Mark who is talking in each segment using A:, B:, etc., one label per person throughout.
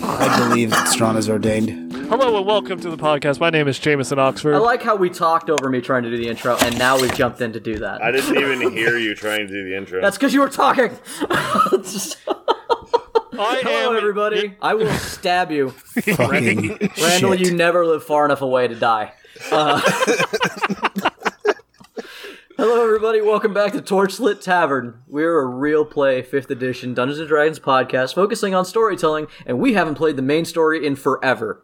A: believe that Strahd is ordained.
B: Hello and welcome to the podcast. My name is Jameson Oxford.
C: I like how we talked over me trying to do the intro, and now we've jumped in to do that.
D: I didn't even hear you trying to do the intro.
C: That's because you were talking.
B: I
C: Hello,
B: am-
C: everybody. I will stab you,
A: Fucking
C: Randall.
A: shit.
C: You never live far enough away to die. Uh, Hello, everybody. Welcome back to Torchlit Tavern. We're a real play, fifth edition Dungeons and Dragons podcast, focusing on storytelling, and we haven't played the main story in forever.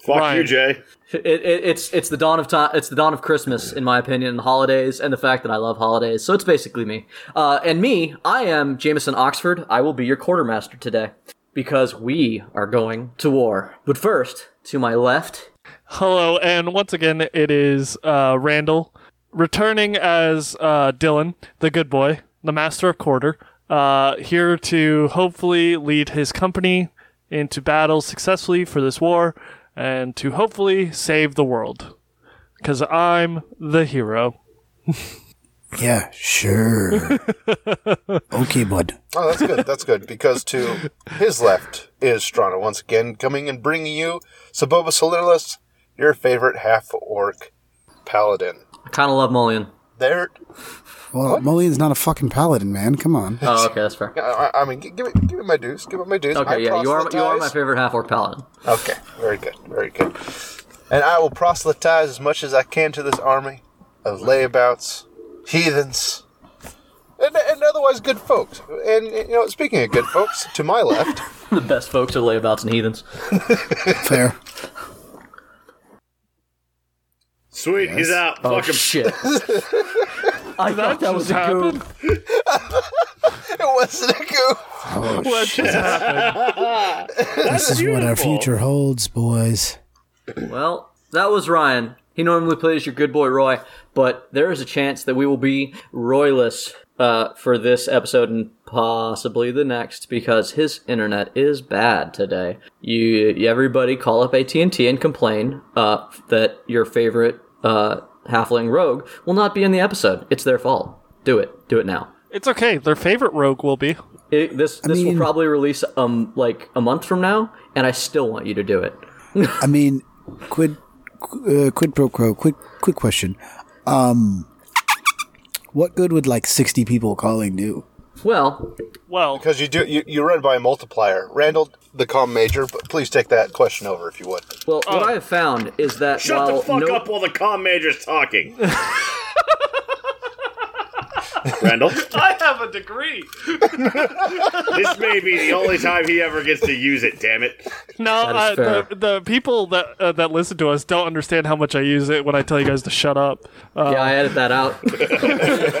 D: Fuck you,
B: Ryan.
D: Jay.
C: It, it, it's it's the dawn of time. It's the dawn of Christmas, in my opinion, and holidays, and the fact that I love holidays. So it's basically me. Uh, and me, I am Jameson Oxford. I will be your quartermaster today because we are going to war. But first, to my left,
B: Hello, and once again, it is uh, Randall returning as uh, Dylan, the good boy, the master of quarter, uh, here to hopefully lead his company into battle successfully for this war and to hopefully save the world. Because I'm the hero.
A: Yeah, sure. okay, bud.
E: Oh, that's good. That's good. Because to his left is Strana once again coming and bringing you Saboba Solilis, your favorite half orc paladin.
C: I kind of love Mullion.
E: There,
A: Well, Mulligan's not a fucking paladin, man. Come on.
C: Oh, okay, that's fair.
E: I, I- I mean, gi- give me, give me my dues. Give me my dues. I
C: Okay, yeah, you are you are my
E: proselytize.
C: favorite half orc paladin.
E: Okay, very good, very good. And I will proselytize as much as I can to this army of layabouts, heathens, and, and otherwise good folks. And you know, speaking of good folks, to my left,
C: The best folks are layabouts and heathens.
A: Fair.
D: Sweet, he's out.
C: Oh
D: Fuck him.
C: shit! I thought that was a
B: just
C: goof.
B: happened?
E: it wasn't a goof.
A: Oh,
B: What
A: shit.
B: just happened?
A: This is what our future holds, boys.
C: Well, that was Ryan. He normally plays your good boy Roy, but there is a chance that we will be Royless uh, for this episode and possibly the next because his internet is bad today. You, everybody, call up AT and T and complain uh, that your favorite uh, halfling rogue will not be in the episode. It's their fault. Do it. Do it now.
B: It's okay. Their favorite rogue will be.
C: It, this this
A: mean-
C: will probably release um like a month from now, and I still want you to do it.
A: I mean, quid, qu- uh, quid pro quo. Quick, quick question. Um, what good would like sixty people calling do?
C: Well,
B: Well,
E: Because you do you, you run by a multiplier. Randall, the com major, p- please take that question over if you would.
C: well, what I have found is that
D: Oh. Shut
C: while
D: the fuck
C: no,
D: up while the com major's talking. Randall,
B: I have a degree.
D: this may be the only time he ever gets to use it. Damn it!
B: No,
C: That
B: uh,
C: is fair.
B: the, the people that uh, that listen to us don't understand how much I use it when I tell you guys to shut up. Uh,
C: Yeah, I edit that out.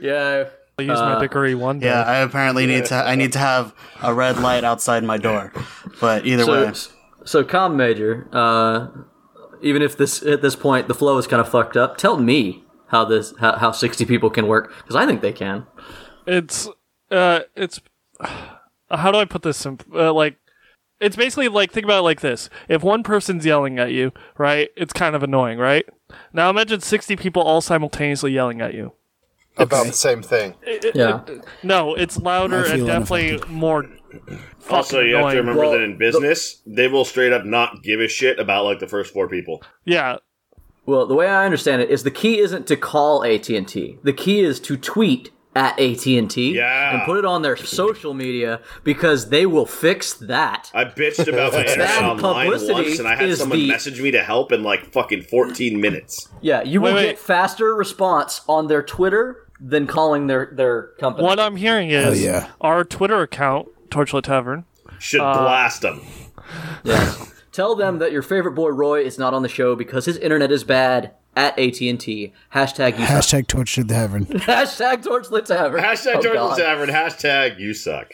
C: yeah.
B: I use
C: Uh,
B: my degree one day.
F: Yeah, I apparently need to. I need to have a red light outside my door. But either
C: So,
F: way,
C: so com major. Uh, even if this at this point the flow is kind of fucked up, tell me how this how, how sixty people can work because I think they can.
B: It's uh, it's how do I put this? Simp- uh, like, it's basically like think about it like this: if one person's yelling at you, right, it's kind of annoying, right? Now imagine sixty people all simultaneously yelling at you.
E: About the same thing.
C: Yeah.
B: No, it's louder
A: I
B: and
A: feel
B: definitely more.
D: Also, you have to
B: annoying.
D: remember
C: Well,
D: that in business, they will straight up not give a shit about like the first four people.
B: Yeah,
C: Well, the way I understand it is the key isn't to call AT and T. The key is to tweet at AT and T
D: Yeah.
C: and put it on their social media because they will fix that.
D: I bitched about my internet
C: Bad
D: online
C: publicity
D: once, and I had
C: is
D: someone
C: the-
D: message me to help in like fucking fourteen minutes.
C: Yeah, you will
B: Wait, wait.
C: get faster response on their Twitter than calling their their company.
B: what I'm hearing is
A: yeah.
B: our Twitter account, Torchlight Tavern.
D: Should
C: Uh,
D: blast them.
C: Tell them that your favorite boy Roy is not on the show because his internet is bad at AT and T. Hashtag you suck.
A: Hashtag tortured the heaven.
C: Hashtag Torchlit Tavern.
D: Hashtag
C: Oh,
D: Jordan
C: God.
D: Tavern. Hashtag you suck.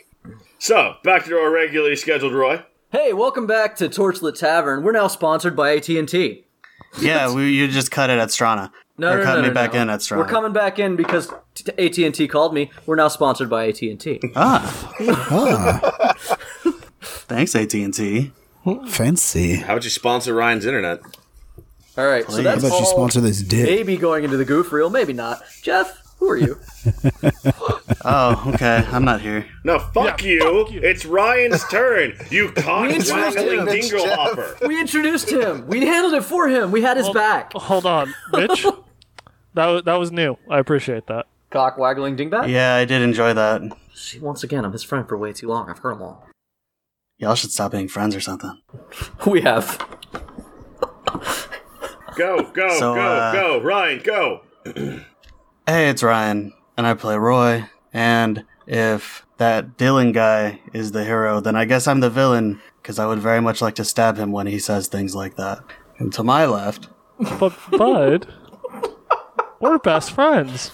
D: So back to our regularly scheduled Roy.
C: Hey, welcome back to Torchlit Tavern. We're now sponsored by AT and T.
F: yeah, we, you just cut it at Strana.
C: No,
F: or
C: no,
F: cut
C: no,
F: me
C: no,
F: back
C: no.
F: in at Strana.
C: We're coming back in because AT and T called me. We're now sponsored by AT and T.
F: Ah,
A: Ah,
F: thanks AT and T.
A: fancy.
D: How would you sponsor Ryan's internet?
C: All right, so
F: Please.
C: that's
A: How about
C: all
A: you sponsor this dick?
C: Maybe going into the goof reel, maybe not. Jeff, Who are you?
F: Oh, okay. I'm not here.
D: No, fuck, you. It's Ryan's turn. You cock
C: It's
D: waggling
E: Ryan, it's
D: dingle
E: Jeff.
D: hopper.
C: we introduced him. We handled it for him. We had his back.
D: oh.
B: Hold on, Mitch. that wa- that was new. I appreciate that.
C: Cock waggling dingbat.
F: Yeah, I did enjoy that.
C: See, once again, I'm his friend for way too long. I've heard him all.
F: Y'all should stop being friends or something.
C: We have.
D: Go, go,
F: So,
D: go,
F: uh,
D: go, Ryan, go.
F: Hey, it's Ryan, and I play Roy. And if that Dylan guy is the hero, then I guess I'm the villain, because I would very much like to stab him when he says things like that. And to my left,
B: But Bud, we're best friends.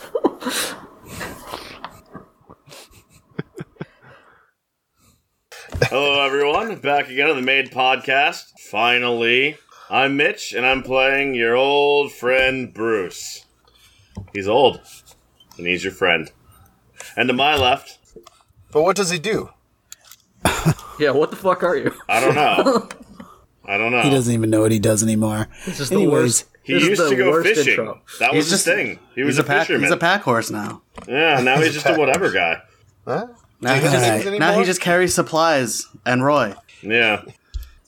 D: Hello, everyone. Back again on the Made Podcast. Finally, I'm Mitch, and I'm playing your old friend Bruce. He's old, and he's your friend. And to my left,
E: But what does he do?
C: Yeah. What the fuck are you?
D: I don't know. I don't know.
A: He doesn't even know what he does anymore.
C: This is the
A: Anyways,
C: worst.
D: He
C: this is
D: used
C: the
D: to go
C: worst
D: fishing.
C: intro.
D: That was his
F: He's just-
D: thing. He was
F: he's
D: a,
F: a pack.
D: fisherman.
F: He's a pack horse now.
D: Yeah, now he's just a whatever guy.
E: Huh?
F: Now he,
E: Do
F: just,
E: things
A: Alright.
E: anymore?
F: now he just carries supplies and Roy.
D: Yeah.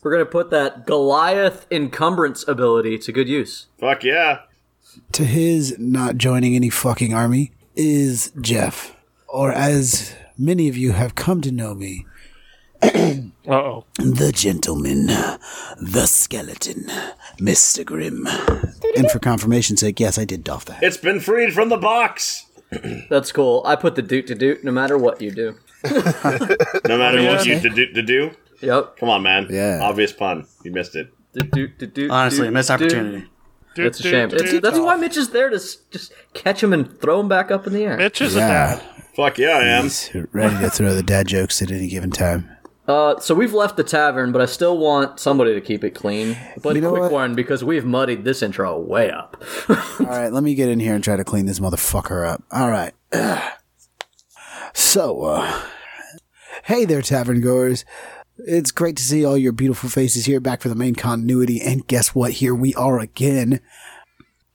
C: We're gonna put that Goliath encumbrance ability to good use.
D: Fuck yeah.
A: to his not joining any fucking army is Jeff, or as many of you have come to know me,
B: Uh oh.
A: the gentleman, the skeleton, Mister Grimm. And for confirmation's sake, yes, I did doff the hat.
D: It's been freed from the box.
C: That's cool. I put the doot to doot no matter what you do.
D: No matter
B: Yeah.
D: what you to do, to do.
C: Yep.
D: Come on, man.
A: Yeah.
D: Obvious pun. You missed it.
C: Doot, doot, doot, doot,
F: Honestly,
C: doot,
F: missed
C: doot.
F: opportunity.
B: Dude,
C: It's a shame. It's- that's why Mitch is there to s- just catch him and throw him back up in the air.
B: Mitch is a
A: Yeah.
B: dad.
D: Fuck yeah, I am.
A: He's ready to throw the dad jokes at any given time.
C: Uh, so we've left the tavern, but I still want somebody to keep it clean. But
A: know
C: quick
A: what?
C: one because we've muddied this intro way up.
A: All right, let me get in here and try to clean this motherfucker up. All right. So, uh, hey there, tavern goers. It's great to see all your beautiful faces here back for the main continuity. And guess what? Here we are again.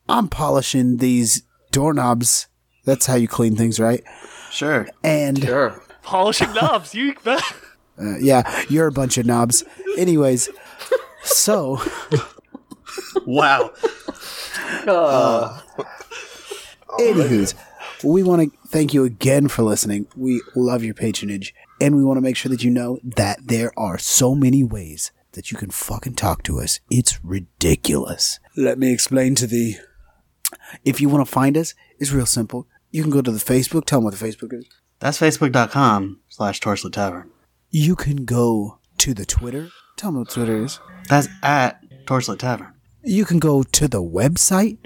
A: I'm polishing these doorknobs. That's how you clean things, right?
F: Sure.
A: And
C: Sure.
B: Polishing knobs. You bet.
A: uh, yeah, you're a bunch of knobs. Anyways, so
F: Wow.
A: Anywho's, we want to thank you again for listening. We love your patronage, and we want to make sure that you know that there are so many ways that you can fucking talk to us. It's ridiculous. Let me explain to thee. If you want to find us, it's real simple. You can go to the Facebook. Tell them what the Facebook is.
F: That's facebook.com slash Torchlit Tavern.
A: You can go to the Twitter. Tell them what Twitter is.
F: That's at Torchlit Tavern.
A: You can go to the website.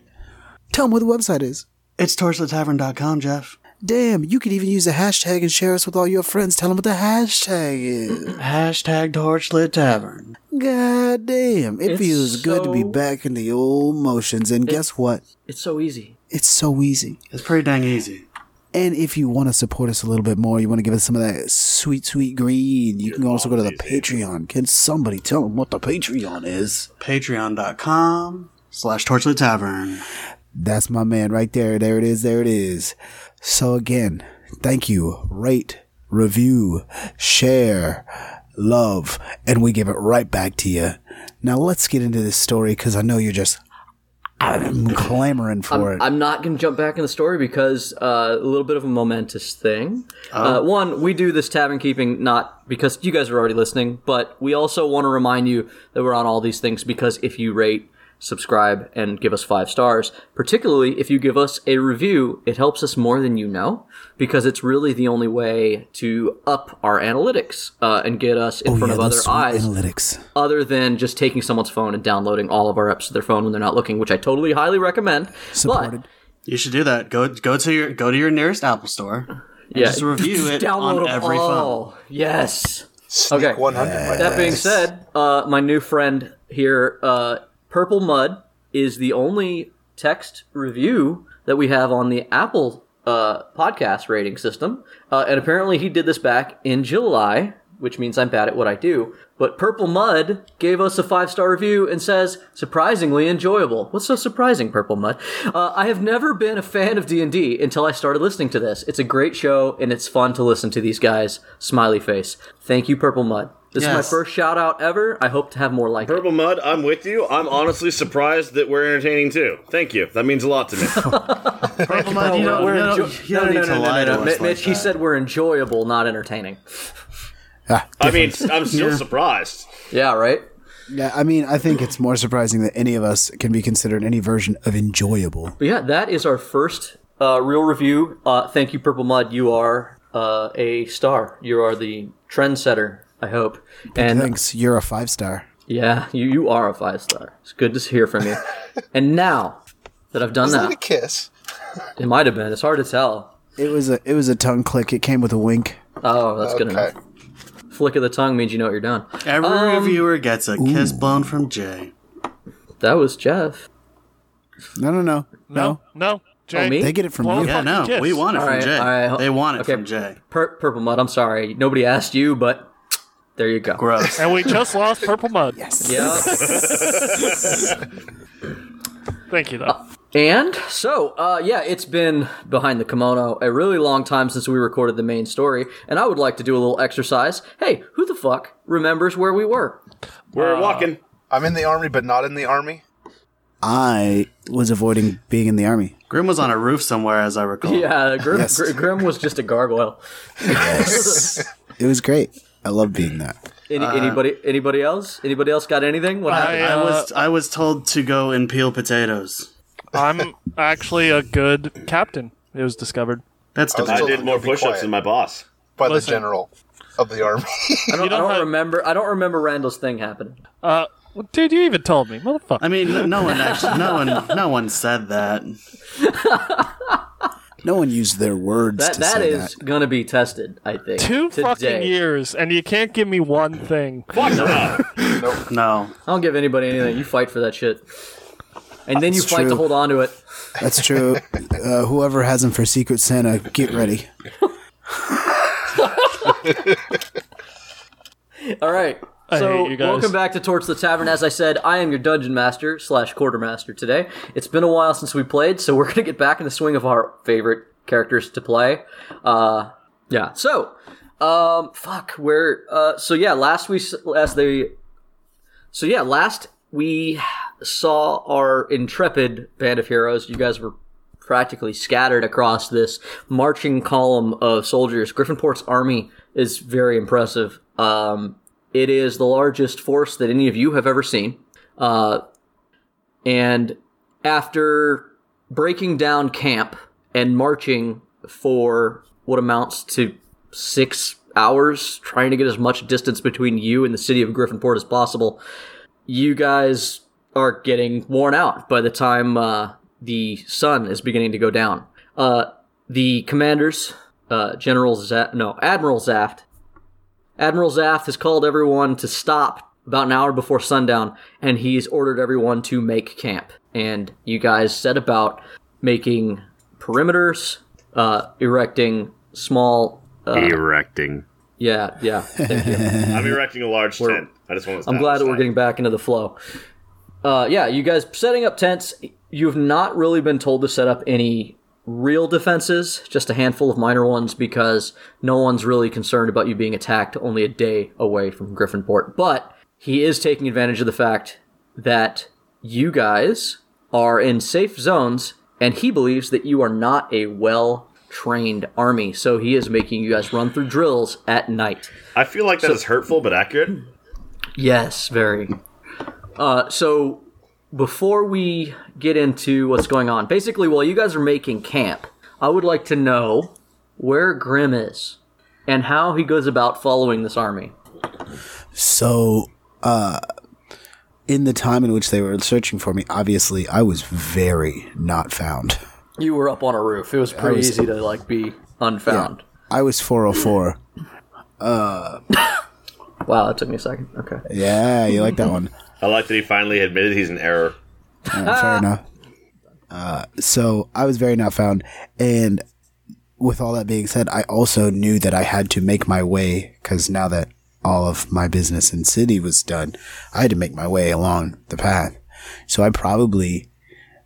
A: Tell them what the website is.
F: It's torchlittavern.com, Jeff.
A: Damn, you could even use the hashtag and share us with all your friends. Tell them what the hashtag is.
F: Hashtag Torchlit Tavern.
A: God damn. It
C: It's
A: feels good to be
C: so-
A: back in the old motions. And guess what?
C: It's so easy.
A: It's so easy.
F: It's pretty dang easy.
A: And if you want to support us a little bit more, you want to give us some of that sweet, sweet green, you can also go to the Patreon. Can somebody tell them what the Patreon is?
F: patreon.com slash torchlit tavern
A: That's my man right there. There it is. There it is. So again, thank you. Rate, review, share, love, and we give it right back to you. Now let's get into this story because I know you're just I'm clamoring for it.
C: I'm not going to jump back in the story because uh, a little bit of a momentous thing.
A: Oh.
C: Uh, one, we do this tavern keeping not because you guys are already listening, but we also want to remind you that we're on all these things because if you rate, subscribe, and give us five stars, particularly if you give us a review, it helps us more than you know because it's really the only way to up our analytics uh, and get us in front
A: Oh, Yeah,
C: of other
A: those sweet
C: eyes
A: Analytics.
C: other than just taking someone's phone and downloading all of our apps to their phone when they're not looking, which I totally highly recommend.
A: Supported.
F: you should do that go go to your go to your nearest apple store
C: But yeah,
F: just review it
C: download
F: on
C: them
F: every
C: all. Yes.
E: Sneak
C: Okay.
E: 100.
C: That being said, uh, my new friend here, uh, Purple Mud, is the only text review that we have on the Apple uh, podcast rating system, uh, and apparently he did this back in July. which means I'm bad at what I do. But Purple Mud gave us a five star review and says, surprisingly enjoyable. What's so surprising, Purple Mud? Uh, I have never been a fan of D&D until I started listening to this. It's a great show and it's fun to listen to these guys. Smiley face. Thank you, Purple Mud. This is my
F: Yes.
C: first shout out ever. I hope to have more like it.
D: Purple Mud, I'm with you. I'm honestly surprised that we're entertaining too. Thank you. That means a lot to me.
F: Purple Mud, you
C: Oh,
F: don't, you don't, you don't need to lie to us.
C: Mitch,
F: like
C: he
F: that.
C: said we're enjoyable, not entertaining.
A: Ah,
D: I mean, I'm still surprised.
C: Yeah, right?
A: yeah, I mean, I think it's more surprising that any of us can be considered any version of enjoyable.
C: But yeah, that is our first uh, real review. Uh, thank you, Purple Mud. You are uh, a star. You are the trendsetter, I hope. And
A: Thanks, you're a five star.
C: yeah, you, you are a five star. It's good to hear from you. and now that I've done
E: Is it a
C: that,
E: kiss?
C: it might have been. It's hard to tell.
A: It was a it was a tongue click. It came with a wink.
C: Oh, that's good
E: Okay.
C: enough. Flick of the tongue means you know what you're done.
F: Every
C: um,
F: reviewer gets a kiss blown from Jay.
C: That was Jeff.
A: No, no, no,
B: No,
A: no.
B: no. Jay,
C: me?
A: They get it from
B: Well,
A: you.
F: Yeah, no,
B: kiss.
F: we want it
C: All
F: from
C: right,
F: Jay.
C: all right.
F: They want it
C: Okay.
F: from Jay.
C: Pur- Purple Mud, I'm sorry. Nobody asked you, but there you go.
F: Gross.
B: and we just lost Purple Mud.
C: Yeah.
B: Thank you, though.
C: And so, uh, yeah, it's been behind the kimono a really long time since we recorded the main story, and I would like to do a little exercise. Hey, who the fuck remembers where we were?
D: We're walking.
E: I'm in the army, but not in the army.
A: I was avoiding being in the army.
F: Grim was on a roof somewhere, as I recall.
C: Yeah, Grim,
A: Yes.
C: Gr- Grim was just a gargoyle.
A: It was great. I love being that.
C: Any, anybody, anybody else? Anybody else got anything? What
B: I,
C: happened?
F: I
B: uh,
F: was I was told to go and peel potatoes.
B: I'm actually a good captain. It was discovered.
F: That's
C: Oh,
E: I was
D: I
F: divine.
E: told-
D: did more
E: Be
D: push-ups
E: quiet.
D: than my boss.
E: By the
B: Listen.
E: general of the army.
C: I don't, I
B: don't
C: don't
B: have-
C: remember. I don't remember Randall's thing happening.
B: Uh, well, dude, you even told me, motherfucker.
F: I mean, no- no one actually, no one, no one said that.
A: No one used their words
C: That
A: to
C: that
A: say
C: is gonna be tested. I think
B: Two
C: today.
B: fucking years, and you can't give me one thing.
D: Fuck no.
F: No,
C: I don't give anybody anything. You fight for that shit, and then you
A: That's
C: fight to
A: true.
C: hold on to it.
A: that. That's true. Uh, whoever has them for Secret Santa, get ready.
C: All right.
B: I
C: so,
B: hate you guys.
C: welcome back to Torch the Tavern. As I said, I am your dungeon master slash quartermaster today. It's been a while since we played, so we're going to get back in the swing of our favorite characters to play. Uh, yeah. So, um, fuck. Where? Uh, so yeah. Last we s- last they. So yeah. Last we saw our intrepid band of heroes. You guys were practically scattered across this marching column of soldiers. Griffinport's army is very impressive. Um, it is the largest force that any of you have ever seen. Uh, and after breaking down camp and marching for what amounts to six hours, trying to get as much distance between you and the city of Griffinport as possible, you guys are getting worn out by the time uh, the sun is beginning to go down. Uh, the commanders, uh, General Zaft, no, Admiral Zaft, Admiral Zaft has called everyone to stop about an hour before sundown, and he's ordered everyone to make camp. And you guys set about making perimeters, uh, erecting small. Uh,
D: Erecting.
C: yeah, yeah. Thank you.
D: I'm erecting a large tent. I just want to.
C: I'm glad that we're getting back into the flow. Uh, yeah, you guys setting up tents. You've not really been told to set up any real defenses, just a handful of minor ones because no one's really concerned about you being attacked only a day away from Griffinport. But he is taking advantage of the fact that you guys are in safe zones and he believes that you are not a well trained army. So he is making you guys run through drills at night.
D: I feel like that is hurtful but accurate.
C: Yes, very. Uh, so before we get into what's going on, basically, while you guys are making camp, I would like to know where Grim is and how he goes about following this army.
A: So, uh, in the time in which they were searching for me, obviously, I was very not found.
C: You were up on a roof. It was pretty
A: was-
C: easy to like be unfound.
A: I was 404.
C: Wow, that took me a second. Okay.
A: Yeah, you like that one.
D: I like that he finally admitted he's in error.
A: Yeah, fair enough. Uh, so I was very not found, and with all that being said, I also knew that I had to make my way because now that all of my business in city was done, I had to make my way along the path. So I probably,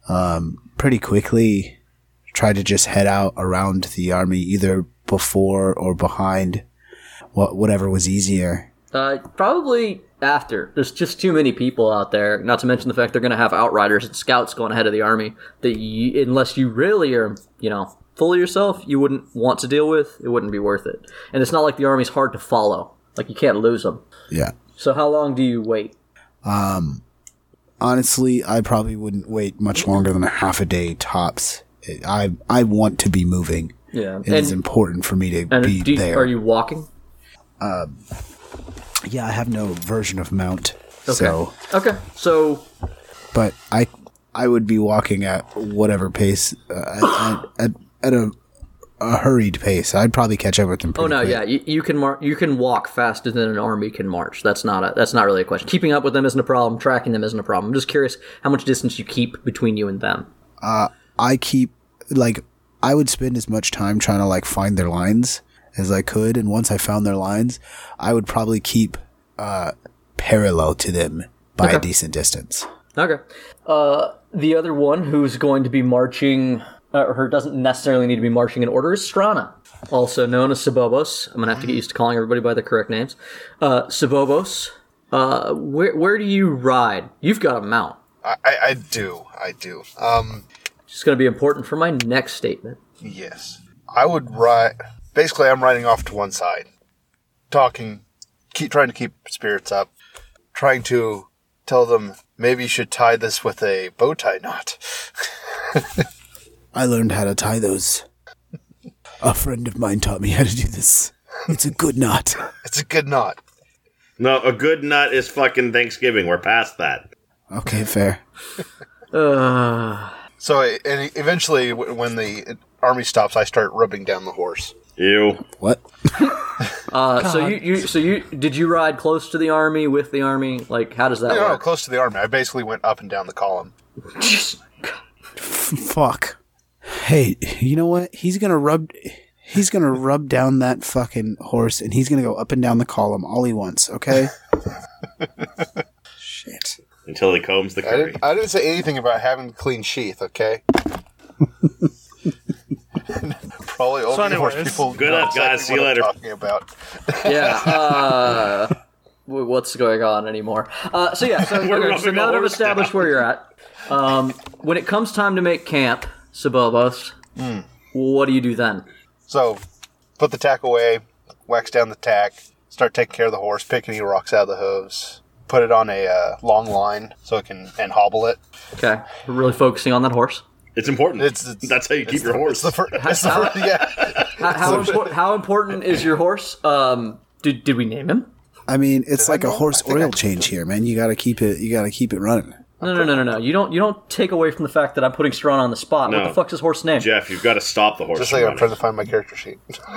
A: um, pretty quickly tried to just head out around the army, either before or behind what, whatever was easier.
C: Uh, probably after. There's just too many people out there. Not to mention the fact they're going to have outriders and scouts going ahead of the army that you, unless you really are, you know, full of yourself, you wouldn't want to deal with. It wouldn't be worth it. And it's not like the army's hard to follow. Like you can't lose them.
A: Yeah.
C: So how long do you wait?
A: honestly, I probably wouldn't wait much longer than a half a day tops. I I want to be moving.
C: Yeah.
A: It is
C: and
A: important for me to
C: and
A: be
C: do you-
A: there.
C: are you walking?
A: yeah, I have no version of mount. So,
C: Okay. So
A: but I I would be walking at whatever pace uh, at, at, at a a hurried pace. I'd probably catch up with them.
C: Oh
A: pretty
C: no,
A: quick.
C: yeah, you, you can mar- you can walk faster than an army can march. That's not a that's not really a question. Keeping up with them isn't a problem. Tracking them isn't a problem. I'm just curious how much distance you keep between you and them.
A: I keep like I would spend as much time trying to like find their lines as I could, and once I found their lines, I would probably keep uh, parallel to them by a decent distance.
C: Okay. Uh, the other one who's going to be marching, uh, or doesn't necessarily need to be marching in order, is Strana, also known as Sabobos. I'm gonna have to get used to calling everybody by their correct names. Uh, Sabobos, uh, where where do you ride? You've got a mount.
E: I, I, I do. I do. Um,
C: It's gonna be important for my next statement.
E: yes. I would ride. Basically, I'm riding off to one side, talking, keep trying to keep spirits up, trying to tell them maybe you should tie this with a bow tie knot.
A: I learned how to tie those. a friend of mine taught me how to do this. It's a good knot.
E: It's a good knot.
D: No, a good nut is fucking Thanksgiving. We're past that.
A: Okay, fair.
C: Uh,
E: So, I- and e, eventually, w- when the army stops, I start rubbing down the horse.
D: Ew.
A: What?
C: uh, so you, you so you did you ride close to the army with the army? Like how does that
E: No, no,
C: work?
E: close to the army. I basically went up and down the column.
A: Fuck. Hey, you know what? He's gonna rub. He's gonna rub down that fucking horse, and he's gonna go up and down the column all he wants. Okay. Shit.
D: Until he combs the
E: I
D: curry.
E: didn't, I didn't say anything about having a clean sheath, okay? Probably only horse
B: anyways,
E: people
D: good
E: know
D: luck, guys.
E: exactly
D: See you
E: what I'm
D: later.
E: Talking about.
C: yeah. Uh, w- what's going on anymore? Uh, so yeah. So,
D: We're
C: okay, so
D: rubbing
C: now
D: the
C: that I've
D: horse
C: established
D: down.
C: where you're at, um, when it comes time to make camp, Sabobos, what do you do then?
E: So, put the tack away, wax down the tack, start taking care of the horse, pick any rocks out of the hooves, put it on a uh, long line so it can and hobble it.
C: Okay, we're really focusing on that horse.
D: It's important.
E: It's, it's
D: That's how you
E: it's
D: keep your
E: the-
D: horse.
E: It's the fir- it's the fir- yeah.
C: How, how, impor- how important is your horse? Um, did, did we name him?
A: I mean, it's like a
E: know?
A: horse
E: I think I
A: oil
E: did.
A: change here, man. You gotta keep it. You gotta keep it running.
C: No, no, no, no, no. You don't. You don't take away from the fact that I'm putting Strawn on the spot. What
D: No.
C: the fuck's his horse name?
D: Jeff, you've got to stop the horse.
E: Just
D: from
E: like I'm
D: running.
E: trying to find my character sheet.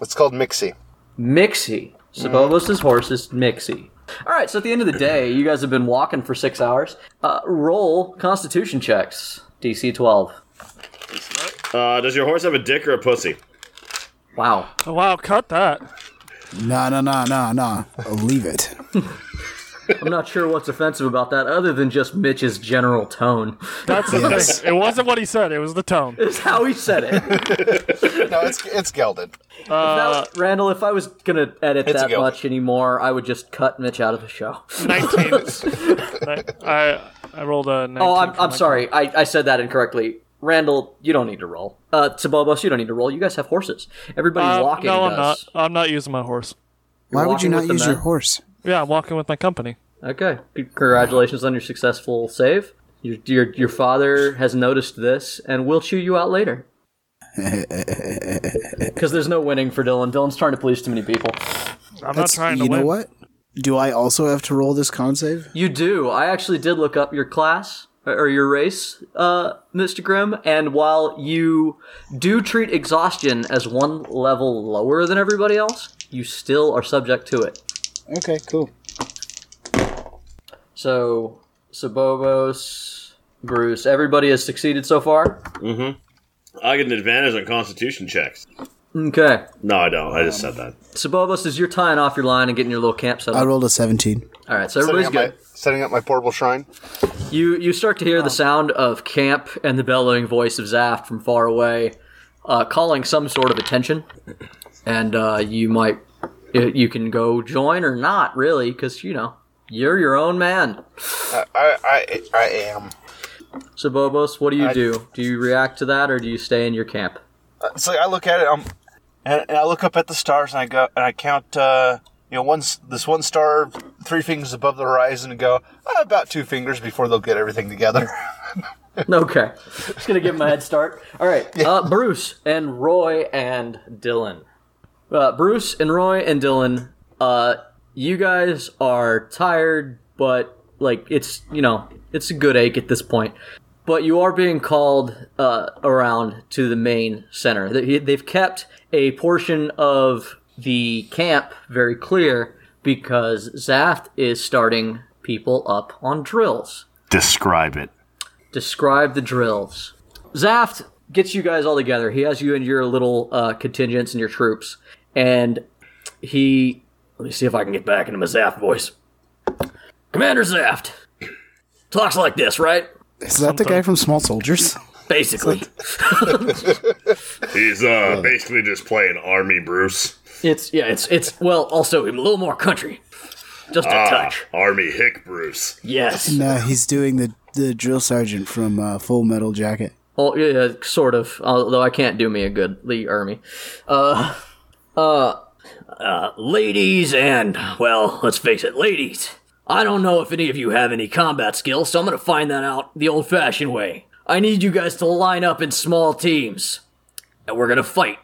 E: it's called Mixie.
C: Mixie. Sabobos' horse is Mixie. All right, so at the end of the day, you guys have been walking for six hours. Uh, roll Constitution checks, DC 12.
D: Uh, does your horse have a dick or a pussy?
C: Wow.
B: Oh, wow, cut that.
A: Nah, nah, nah, nah, nah. Leave it.
C: I'm not sure what's offensive about that other than just Mitch's general tone.
B: That's the
A: Yes.
B: thing. It wasn't what he said. It was the tone.
C: That's how he said it. If
E: No, it's it's gelded.
C: that
B: Uh,
C: was- Randall, if I was going to edit
E: It's a
C: that
E: go.
C: much anymore, I would just cut Mitch out of the show.
B: Nineteen. I, I I rolled a. 19
C: Oh, I'm,
B: for
C: I'm
B: my-
C: sorry. I, I said that incorrectly. Randall, you don't need to roll. Uh, Sabobos, you don't need to roll. You guys have horses. Everybody
B: Uh,
C: walking
B: no, I'm
C: does.
B: not. I'm not using my horse.
A: Why would
C: walking
A: you not
C: with the
A: use your
C: men.
A: horse?
B: Yeah, I'm walking with my company.
C: Okay. Congratulations on your successful save. Your, your, your father has noticed this and will chew you out later. Because there's no winning for Dylan. Dylan's trying to please too many people.
B: I'm
A: That's-
B: not trying to
A: you
B: win.
A: know what? Do I also have to roll this con save?
C: You do. I actually did look up your class or or your race, uh, Mr. Grimm, and while you do treat exhaustion as one level lower than everybody else, you still are subject to it.
A: Okay, cool.
C: So, Sabobos, Bruce, everybody has succeeded so far.
D: I get an advantage on constitution checks.
C: Okay.
D: No, I don't. I just said that.
C: So, Bobos, as you're tying off your line and getting your little camp set
A: I
C: up.
A: rolled a 17.
C: All right, so
E: Setting
C: everybody's
E: up,
C: good.
E: my, setting up my portable shrine.
C: You you start to hear the sound of camp and the bellowing voice of Zaft from far away, uh, calling some sort of attention, and uh, you might y- you can go join or not really because you know you're your own man.
E: I, I, I, I am.
C: So Bobos, what do you
E: I-
C: do? Do you react to that or do you stay in your camp?
E: It's like I look at it, I'm, and, and I look up at the stars, and I go, and I count, uh, you know, one s- this one star, three fingers above the horizon, and go "Ah, about two fingers before they'll get everything together.
C: Okay, just gonna give him a head start. All right, uh, Bruce and Roy and Dylan. Uh, Bruce and Roy and Dylan, uh, you guys are tired, but like it's you know it's a good ache at this point. But you are being called uh, around to the main center. They- They've kept a portion of the camp very clear because Zaft is starting people up on drills
D: Describe it.
C: describe the drills. Zaft gets you guys all together. He has you and your little uh, contingents and your troops, and he. Let me see if I can get back into my Zaft voice. Commander Zaft talks like this, right?
A: Is that the guy from Small Soldiers?
C: Basically,
D: He's uh, basically just playing army, Bruce.
C: it's yeah, it's it's well, also a little more country, just a
D: Ah,
C: touch.
D: army hick, Bruce.
C: Yes,
A: No, he's doing the, the drill sergeant from uh, Full Metal Jacket.
C: Oh yeah, yeah, sort of. Although I can't do me a good Lee Ermy. Uh, uh, uh, ladies and well, let's face it, ladies. I don't know if any of you have any combat skills, so I'm gonna find that out the old-fashioned way. I need you guys to line up in small teams, and we're gonna fight.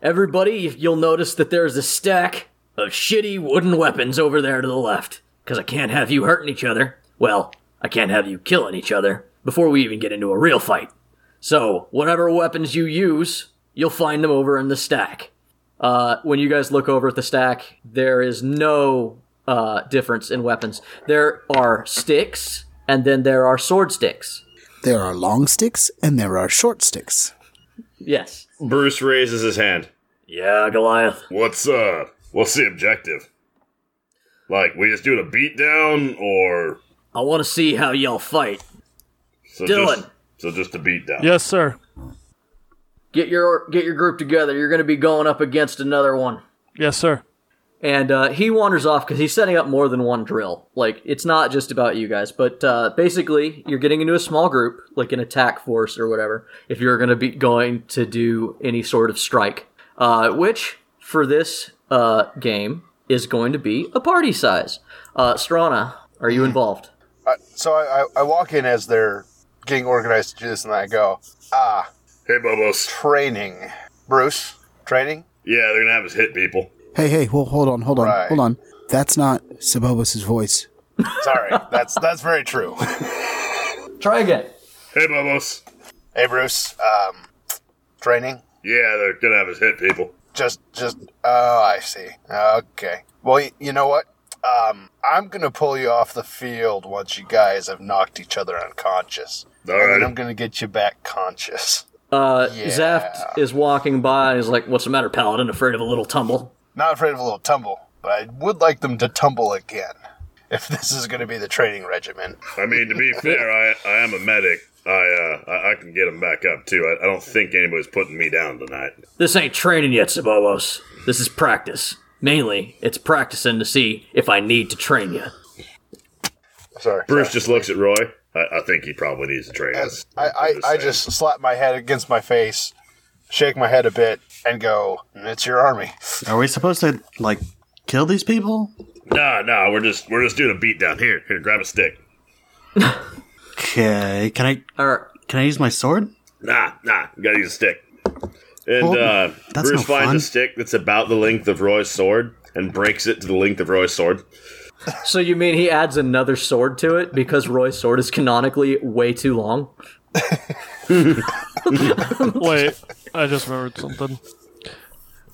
C: Everybody, if you'll notice that there's a stack of shitty wooden weapons over there to the left, because I can't have you hurting each other. Well, I can't have you killing each other before we even get into a real fight. So, whatever weapons you use, you'll find them over in the stack. Uh, when you guys look over at the stack, there is no uh, difference in weapons. There are sticks, and then there are sword sticks.
A: There are long sticks and there are short sticks.
C: Yes.
D: Bruce raises his hand.
C: Yeah, Goliath.
D: What's uh? What's the objective? Like, we just doing a beatdown, or
C: I want to see how y'all fight.
D: so
C: Dylan.
D: Just, so just a beatdown.
B: Yes, sir.
C: get your get your group together. You're going to be going up against another one.
B: Yes, sir.
C: And uh, he wanders off because he's setting up more than one drill. Like it's not just about you guys, but uh, basically you're getting into a small group, like an attack force or whatever, if you're going to be going to do any sort of strike, uh, which for this uh, game is going to be a party size. Uh, Strana, are you involved?
E: I, so I, I, I walk in as they're getting organized to do this, and I go, ah,
D: Hey, Bobos.
E: training, Bruce, training.
D: Yeah, they're gonna have us hit people.
A: Hey, hey, well, hold on, hold on,
E: Right.
A: hold on. That's not Sabobos' voice.
E: Sorry, that's that's very true.
C: Try again.
D: Hey, Bobos.
E: Hey, Bruce, um, training.
D: Yeah, they're gonna have us hit people.
E: Just, just. Oh, I see. Okay. Well, y- you know what? Um, I'm gonna pull you off the field once you guys have knocked each other unconscious,
D: All
E: and then
D: right.
E: I'm gonna get you back conscious.
C: Uh,
E: Yeah.
C: Zaft is walking by and he's like, "What's the matter, Paladin? Afraid of a little tumble?"
E: Not afraid of a little tumble, but I would like them to tumble again. If this is gonna be the training regimen,
D: I mean, to be fair, I I am a medic. I uh I, I can get them back up too. I, I don't think anybody's putting me down tonight.
C: This ain't training yet, Sabobos. This is practice. Mainly, it's practicing to see if I need to train you.
E: sorry.
D: Bruce just looks at Roy. I, I think he probably needs to train us.
E: I, I, I
D: saying.
E: just slap my head against my face, shake my head a bit, and go, "It's your army."
F: Are we supposed to like kill these people?
D: Nah, nah. We're just we're just doing a beatdown. Here, here. Grab a stick.
F: Okay. Can I
C: All right.
F: can I use my sword?
D: Nah, nah. You gotta use a stick. And
F: Well,
D: uh,
F: that's
D: Bruce
F: no
D: finds
F: fun.
D: a stick that's about the length of Roy's sword and breaks it to the length of Roy's sword.
C: So you mean he adds another sword to it because Roy's sword is canonically way too long?
B: Wait, I just remembered something.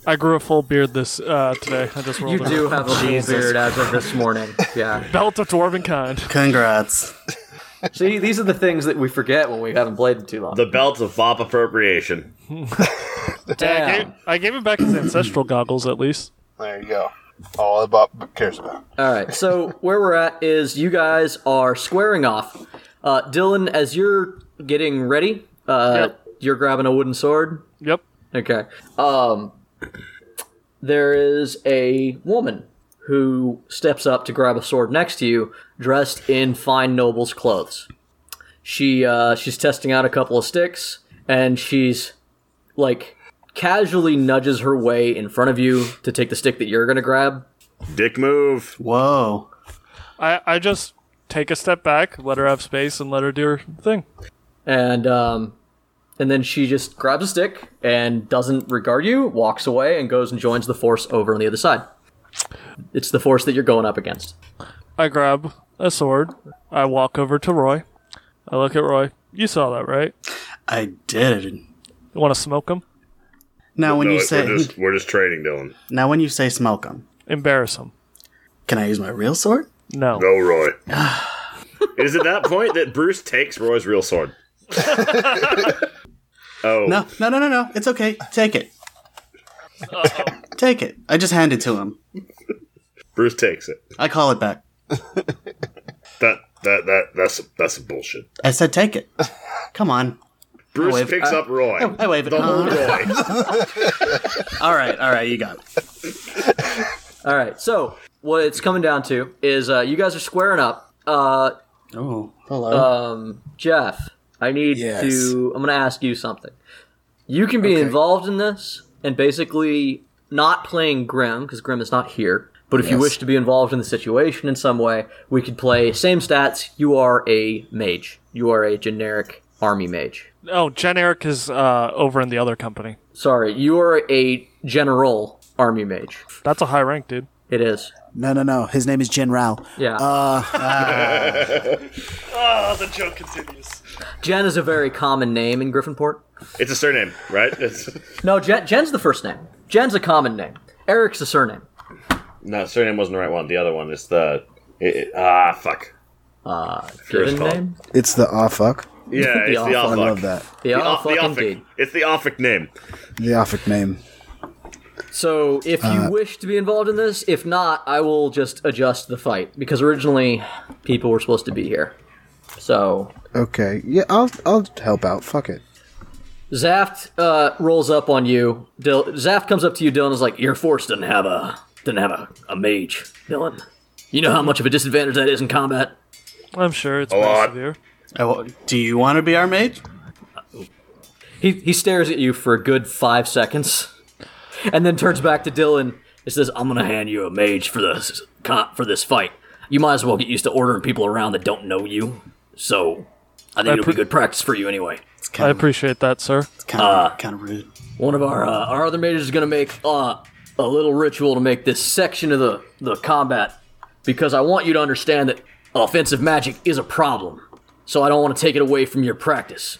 B: I grew a full beard this uh, today. I just rolled
C: You
B: it.
C: do have a full beard as of this morning. Yeah.
B: Belt of dwarven kind.
F: Congrats.
C: See, these are the things that we forget when we haven't played too long.
D: The belt of fop appropriation.
B: I
C: Damn.
B: gave, I gave him back his ancestral goggles at least.
E: There you go. All that Bob cares about.
C: All right. So where we're at is you guys are squaring off. Uh, Dylan, as you're getting ready, uh,
B: Yep.
C: you're grabbing a wooden sword.
B: Yep.
C: Okay. Um, there is a woman who steps up to grab a sword next to you, dressed in fine noble's clothes. She uh, she's testing out a couple of sticks, and she's like casually nudges her way in front of you to take the stick that you're gonna grab.
D: Dick move.
F: Whoa.
B: I, I just take a step back, let her have space, and let her do her thing.
C: and um, and then she just grabs a stick and doesn't regard you, walks away, and goes and joins the force over on the other side. It's the force that you're going up against.
B: I grab a sword. I walk over to Roy. I look at Roy. You saw that, right?
F: I did.
B: You want to smoke him?
F: Now when
D: No,
F: you
D: we're
F: say
D: just, we're just trading, Dylan.
F: now when you say Smelkum,
B: Embarrass him?
F: can I use my real sword?
B: No.
D: Go, Roy. it is at that point that Bruce takes Roy's real sword. oh,
F: No, no, no, no, no. It's okay. Take it. Take it. I just hand it to him.
D: Bruce takes it.
F: I call it back.
D: That that that that's that's some bullshit.
F: I said take it. Come on.
D: Bruce
F: wave-
D: picks up Roy.
F: I wave it.
D: the whole
F: Uh,
D: Roy.
F: all right, all right. You got it.
C: All right. So what it's coming down to is uh, you guys are squaring up. Uh,
F: Oh, hello.
C: um, Jeff, I need
A: Yes.
C: to. I'm going to ask you something. You can be involved in this and basically not playing Grim because Grim is not here. But if you
A: Yes.
C: wish to be involved in the situation in some way, we could play same stats. You are a mage. You are a generic army mage.
B: Oh, Jen Eric is uh, over in the other company.
C: Sorry, you are a general army mage.
B: That's a high rank, dude.
C: It is.
A: No, no, no. His name is General.
C: Yeah.
B: Oh, the joke continues.
C: Jen is a very common name in Griffinport.
D: It's a surname, right? It's
C: No, Jen, Jen's the first name. Jen's a common name. Eric's a surname.
D: no surname wasn't the right one. The other one is the it, it- ah fuck.
C: Given
D: called.
C: name?
A: It's the ah fuck.
D: Yeah, it's the
C: Offuck.
A: I
D: Offuck.
A: love that.
C: They
D: The,
C: all
D: off, the
C: fucking
D: Offuck.
C: did.
D: It's the Offuck name.
A: The ah fuck name.
C: So, if you wish to be involved in this, if not, I will just adjust the fight because originally people were supposed to be here. So,
A: Okay. Yeah, I'll I'll help out. Fuck it.
C: Zaft uh, rolls up on you. Dil- Zaft comes up to you, Dylan, and is like, "Your force doesn't have a doesn't have a, a mage, Dylan. You know how much of a disadvantage that is in combat.
B: I'm sure it's
D: lot.
B: pretty severe.
F: I wa- Uh, do you want to be our mage?
C: He, he stares at you for a good five seconds, and then turns back to Dylan and says, "I'm gonna hand you a mage for this con- for this fight. You might as well get used to ordering people around that don't know you. So, I think it'll
B: pre-
C: be good practice for you anyway.
F: It's
B: I
F: kind of
B: appreciate that, sir.
F: kind of,
C: Uh,
F: kind of rude.
C: One of our uh, our other mages is gonna make uh, a little ritual to make this section of the the combat because I want you to understand that offensive magic is a problem. So I don't want to take it away from your practice."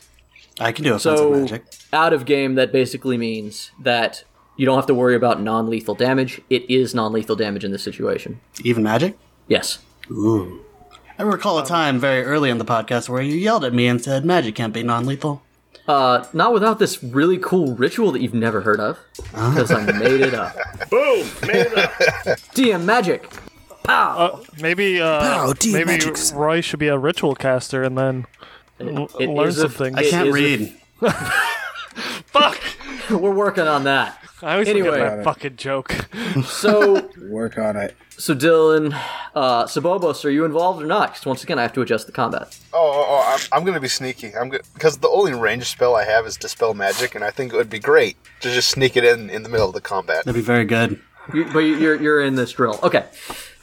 F: I can do offensive
C: So
F: magic.
C: out of game, that basically means that you don't have to worry about non-lethal damage. It is non-lethal damage in this situation.
F: Even magic?
C: Yes.
F: Ooh. I recall a time very early in the podcast where you yelled at me and said magic can't be non-lethal.
C: Uh, not without this really cool ritual that you've never heard of, because I made it up.
D: Boom! uh, Made it up.
C: DM magic.
B: Uh, maybe uh,
A: Pow, dear
B: maybe
A: magics.
B: Roy should be a ritual caster and then l-
C: it
B: learn
C: is a-
B: some things.
F: I
C: It
F: can't
C: is a-
F: read.
B: Fuck!
C: We're working on that.
B: I always
C: Anyway.
B: forget my fucking joke.
C: So,
A: Work on it.
C: so Dylan, uh, Sabobos, are you involved or not? Because once again, I have to adjust the combat.
E: Oh, oh, oh I'm, I'm gonna be sneaky. I'm good because the only range spell I have is dispel magic, and I think it would be great to just sneak it in in the middle of the combat.
F: That'd be very good.
C: You, but you're you're in this drill. Okay.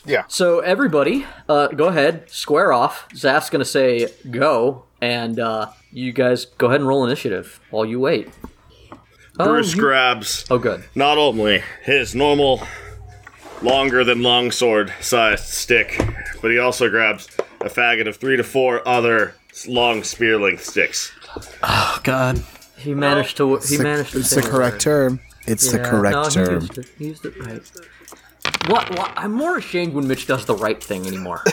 E: Yeah.
C: So everybody, uh, go ahead, square off. Zaf's gonna say go, and uh, you guys go ahead and roll initiative while you wait. Oh,
D: Bruce
C: you-
D: grabs
C: oh, good.
D: not only his normal longer than longsword sized stick, but he also grabs a faggot of three to four other long spear length sticks.
F: Oh God.
C: He managed to. He managed to.
A: It's the
C: say-
A: correct term. It's the
C: Yeah,
A: correct
C: no, he
A: term.
C: used it. He used it right. What, what? I'm more ashamed when Mitch does the right thing anymore,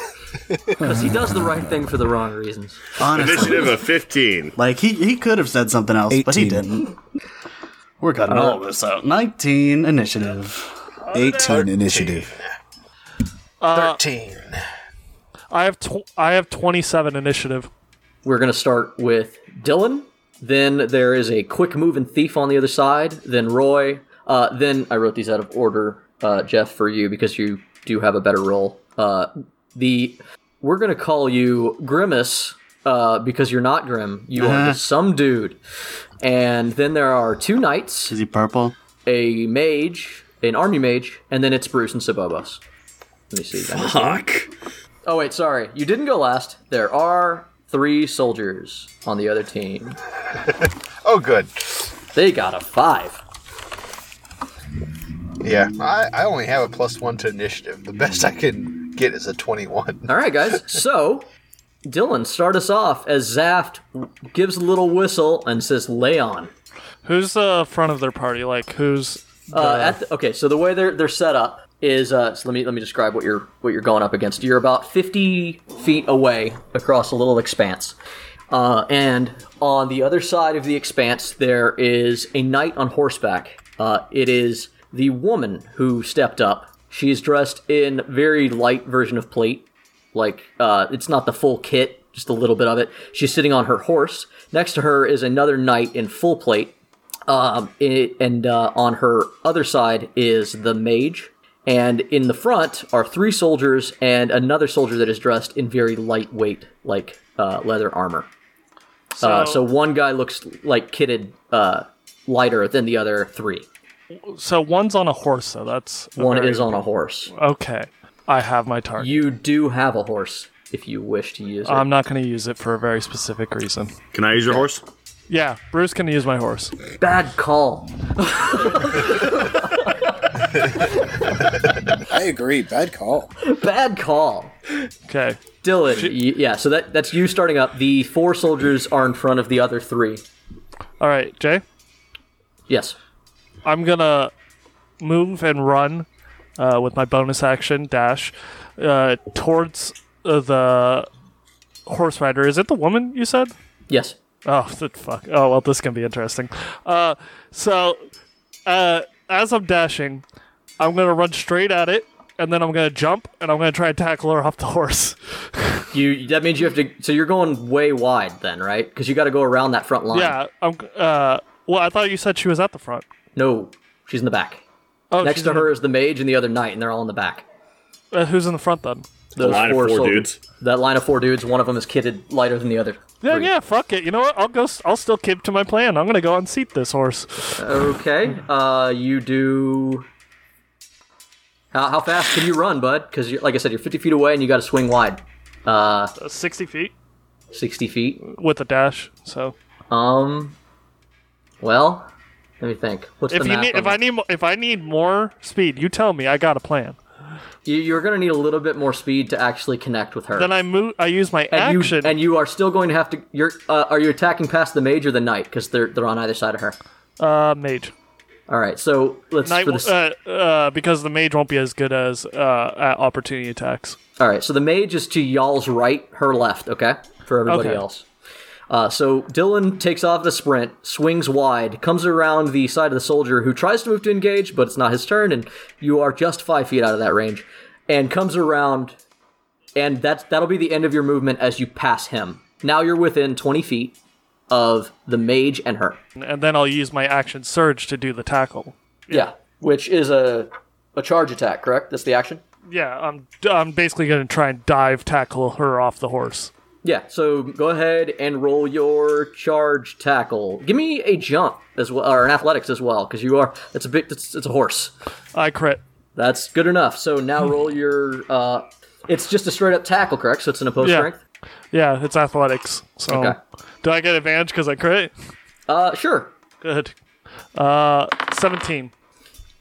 C: because he does the right thing for the wrong reasons.
F: Honestly.
D: Initiative of 15.
F: Like he, he could have said something else, but he
A: 18.
F: didn't. We're cutting
C: Uh,
F: all this out. 19 initiative.
A: Oh, 18 initiative.
E: 13.
B: I have tw- I have 27 initiative.
C: We're going to start with Dylan. Then there is a quick moving thief on the other side. Then Roy. Uh, then I wrote these out of order, uh, Jeff, for you because you do have a better role. Uh, the we're going to call you Grimace uh, because you're not Grim. You are just some dude. And then there are two knights,
F: Is he purple?
C: a mage, an army mage, and then it's Bruce and Sabobos. Let me see. I missed-
D: Fuck.
C: Oh wait, sorry, you didn't go last. There are three soldiers on the other team.
E: Oh, good.
C: They got a five.
E: Yeah, I, I only have a plus one to initiative. The best I can get is a 21.
C: All right, guys. So, Dylan, start us off as Zaft gives a little whistle and says, "Lay on."
B: Who's the front of their party? Like who's
C: Uh, at the, okay, so the way they're they're set up is uh, so let me let me describe what you're what you're going up against. You're about 50 feet away across a little expanse, uh, and on the other side of the expanse there is a knight on horseback. Uh, it is the woman who stepped up. She is dressed in very light version of plate, like uh, it's not the full kit, just a little bit of it. She's sitting on her horse. Next to her is another knight in full plate. Um, it, and uh, on her other side is the mage. And in the front are three soldiers and another soldier that is dressed in very lightweight, like uh, leather armor. So, uh, so one guy looks like kitted uh, lighter than the other three.
B: so one's on a horse? So that's a
C: One
B: very-
C: is on a horse.
B: Okay, I have my target.
C: You do have a horse if you wish to use it.
B: I'm not going to use it for a very specific reason.
D: Can I use your horse?
B: Yeah, Bruce can use my horse.
C: Bad call.
A: I agree. Bad call.
C: Bad call.
B: Okay,
C: Dylan, y- yeah, so that, that's you starting up. The four soldiers are in front of the other three.
B: all right, Jay.
C: Yes.
B: I'm gonna move and run uh, with my bonus action dash uh, towards uh, the horse rider. Is it the woman you said?
C: Yes.
B: Oh, th- fuck. Oh, well, this can be interesting. Uh, so, uh, as I'm dashing, I'm gonna run straight at it, and then I'm gonna jump, and I'm gonna try and tackle her off the horse.
C: You that means you have to. So you're going way wide then, right? Because you got to go around that front line.
B: Yeah. I'm. Uh, well, I thought you said she was at the front.
C: No, she's in the back.
B: Oh,
C: Next
B: she's
C: to
B: in the-
C: her is the mage and the other knight, and they're all in the back.
B: uh, who's in the front then?
C: Those
D: Line of four
C: soldiers.
D: dudes.
C: That line of four dudes. One of them is kitted lighter than the other.
B: Yeah,
C: three.
B: yeah. Fuck it. You know what? I'll go. s- I'll still keep to my plan. I'm gonna go unseat this horse.
C: Okay. Uh, you do. How, how fast can you run, bud? Because like I said, you're 50 feet away, and you got to swing wide. Uh,
B: Uh, Sixty feet
C: 60 feet.
B: with a dash. So
C: Um. Well, let me think. What's
B: if
C: the
B: you
C: math
B: need,
C: on
B: if I
C: that?
B: need, mo- if I need more speed, you tell me. I got a plan.
C: you, you're gonna need a little bit more speed to actually connect with her.
B: Then I move. I use my
C: and
B: action.
C: you and you are still going to have to. You're uh, are you attacking past the mage or the knight? Because they're they're on either side of her.
B: uh, mage.
C: All right, so let's
B: Knight,
C: for this.
B: uh, uh, because the mage won't be as good as uh, at opportunity attacks.
C: all right, so the mage is to y'all's right, her left. Okay, for everybody
B: Okay.
C: else. Uh, so Dylan takes off the sprint, swings wide, comes around the side of the soldier who tries to move to engage, but it's not his turn, and you are just five feet out of that range, and comes around, and that's that'll be the end of your movement as you pass him. Now you're within twenty feet of the mage and her.
B: And then I'll use my action surge to do the tackle.
C: Yeah, which is a a charge attack, correct? That's the action.
B: Yeah, I'm. I'm basically gonna try and dive tackle her off the horse.
C: Yeah. So go ahead and roll your charge tackle. Give me a jump as well, or an athletics as well, because you are. It's a bit. It's, it's a horse.
B: I crit.
C: That's good enough. So now roll your. uh It's just a straight up tackle, correct? So it's an opposed
B: Yeah.
C: strength.
B: Yeah, it's athletics. So
C: Okay.
B: do I get advantage because I crit?
C: Uh, sure.
B: Good. Uh, seventeen.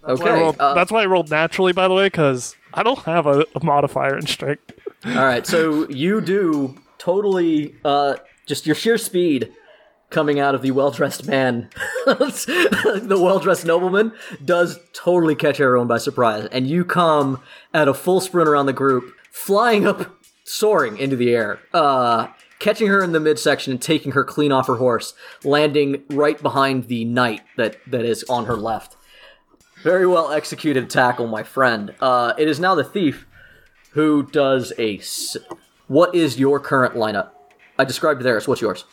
C: okay.
B: I rolled-
C: uh,
B: that's why I rolled naturally, by the way, because I don't have a, a modifier in strength.
C: All right, so you do totally uh, just your sheer speed coming out of the well dressed man, the well dressed nobleman, does totally catch everyone by surprise. And you come at a full sprint around the group, flying up soaring into the air, uh, catching her in the midsection and taking her clean off her horse, landing right behind the knight that, that is on her left. Very well executed tackle, my friend. Uh, it is now the thief who does a. S- what is your current lineup? I described theirs. What's yours?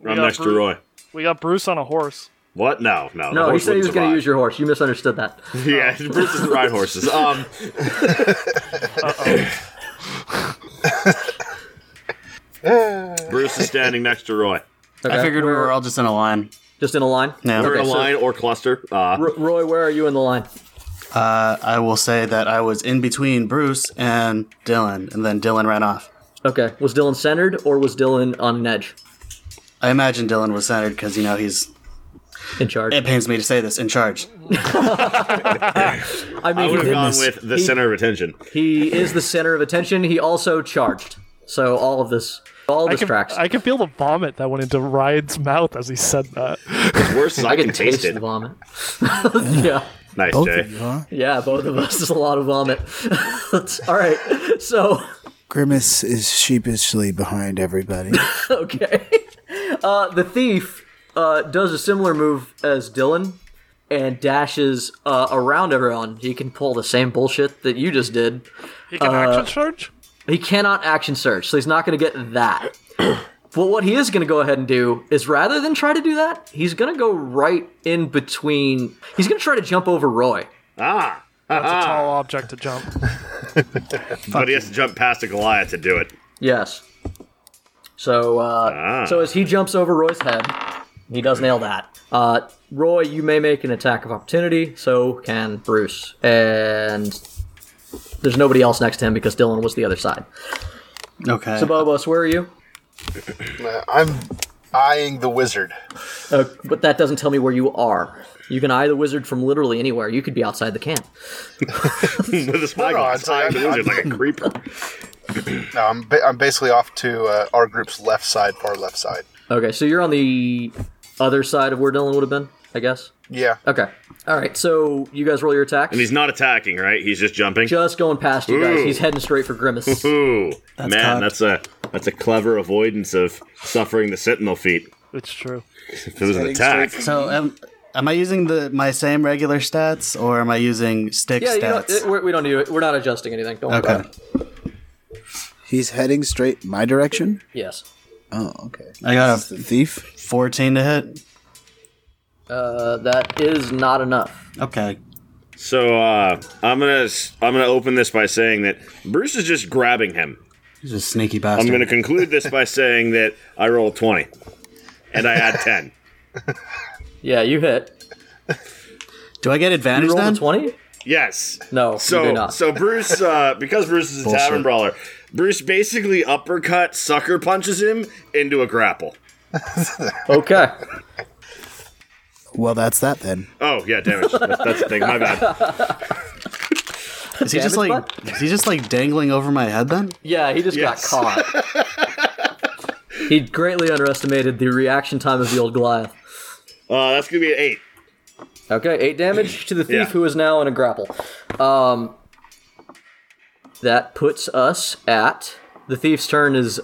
D: I'm
B: got
D: next to
B: Bruce.
D: Roy.
B: We got Bruce on a horse.
D: What? No, no. the
C: No, he
D: horse
C: said he was
D: wouldn't
C: going to
D: survive.
C: use your horse. You misunderstood that.
D: Yeah, Bruce doesn't ride horses. Um, Bruce is standing next to Roy.
C: Okay.
F: I figured we were all just in a line.
C: Just in a line?
F: Yeah.
D: We're in
C: Okay,
D: a
C: so-
D: line or cluster. Uh,
C: R- Roy, where are you in the line?
F: Uh, I will say that I was in between Bruce and Dylan, and then Dylan ran off.
C: Okay. Was Dylan centered or was Dylan on an edge
F: I imagine Dylan was centered because you know he's.
C: in charge?
F: It pains me to say this in charge.
C: I
D: I
C: mean,
D: would have
C: he,
D: gone
A: goodness.
D: with the
C: He-
D: center of attention.
C: he is the center of attention. He also charged. So all of this, all of
B: I
C: this
B: can,
C: tracks.
B: I can feel the vomit that went into Ryan's mouth as he said that.
D: Worse is I, can taste,
C: the
D: it.
C: vomit. yeah.
D: Nice,
A: Both of
D: Jay.
A: you, huh?
C: Yeah, both of us is a lot of vomit. all right. So,
A: Grimace is sheepishly behind everybody.
C: okay. Uh, the thief uh, does a similar move as Dylan and dashes uh, around everyone. He can pull the same bullshit that you just did.
B: He
C: Uh,
B: can action charge?
C: He cannot action search, so he's not going to get that. but what he is going to go ahead and do is rather than try to do that, he's going to go right in between. He's going to try to jump over Roy.
D: Ah,
B: That's a tall object to jump.
D: but he has to jump past a Goliath to do it.
C: Yes. So, uh,
D: Ah.
C: so as he jumps over Roy's head, he does nail that. Uh, Roy, you may make an attack of opportunity. So can Bruce, and there's nobody else next to him because Dylan was the other side.
F: Okay.
C: So, Bobos, where are you?
E: Uh, I'm eyeing the wizard.
C: Uh, but that doesn't tell me where you are. You can eye the wizard from literally anywhere. You could be outside the camp.
D: With a spyglass,
E: it's like-
D: I'm the wizard like a creeper.
E: No, I'm ba- I'm basically off to uh, our group's left side, far left side.
C: Okay, so you're on the other side of where Dylan would have been, I guess.
E: Yeah.
C: Okay. All right. So you guys roll your attacks.
D: And he's not attacking, right? He's just jumping.
C: just going past you guys.
D: Ooh.
C: He's heading straight for Grimace.
D: Ooh, man,
F: cocked.
D: that's a that's a clever avoidance of suffering the sentinel feat.
B: It's true.
D: If it was an attack,
F: So am, am I using the my same regular stats or am I using stick
C: yeah, you know,
F: stats?
C: it, we're- we don't do it. We're not adjusting anything. Don't worry about
F: okay.
C: it.
A: He's heading straight my direction.
C: Yes.
A: Oh, okay.
F: I got a
A: The thief.
F: 14 to hit.
C: Uh, that is not enough.
F: Okay.
D: so uh, I'm gonna s- I'm gonna open this by saying that Bruce is just grabbing him.
F: He's a sneaky bastard.
D: I'm gonna conclude this by saying that I rolled 20, and I add 10.
C: Yeah, you hit.
F: Do I get advantage
C: You rolled
F: then?
C: a twenty.
D: Yes.
C: No, you do
D: So
C: not.
D: so Bruce uh, because Bruce is a tavern brawler, Bruce basically uppercut sucker punches him into a grapple.
C: Okay.
A: Well, that's that then.
D: Oh yeah, damage. That's, that's the thing. My bad. Uh,
F: Is he just
C: Damage
F: like is he just like dangling over my head then?
C: Yeah, he just
D: Yes.
C: got caught. he greatly underestimated the reaction time of the old Goliath.
D: Uh, that's gonna be an eight.
C: Okay, eight damage to the thief
D: Yeah.
C: who is now in a grapple. Um, that puts us at the thief's turn. Is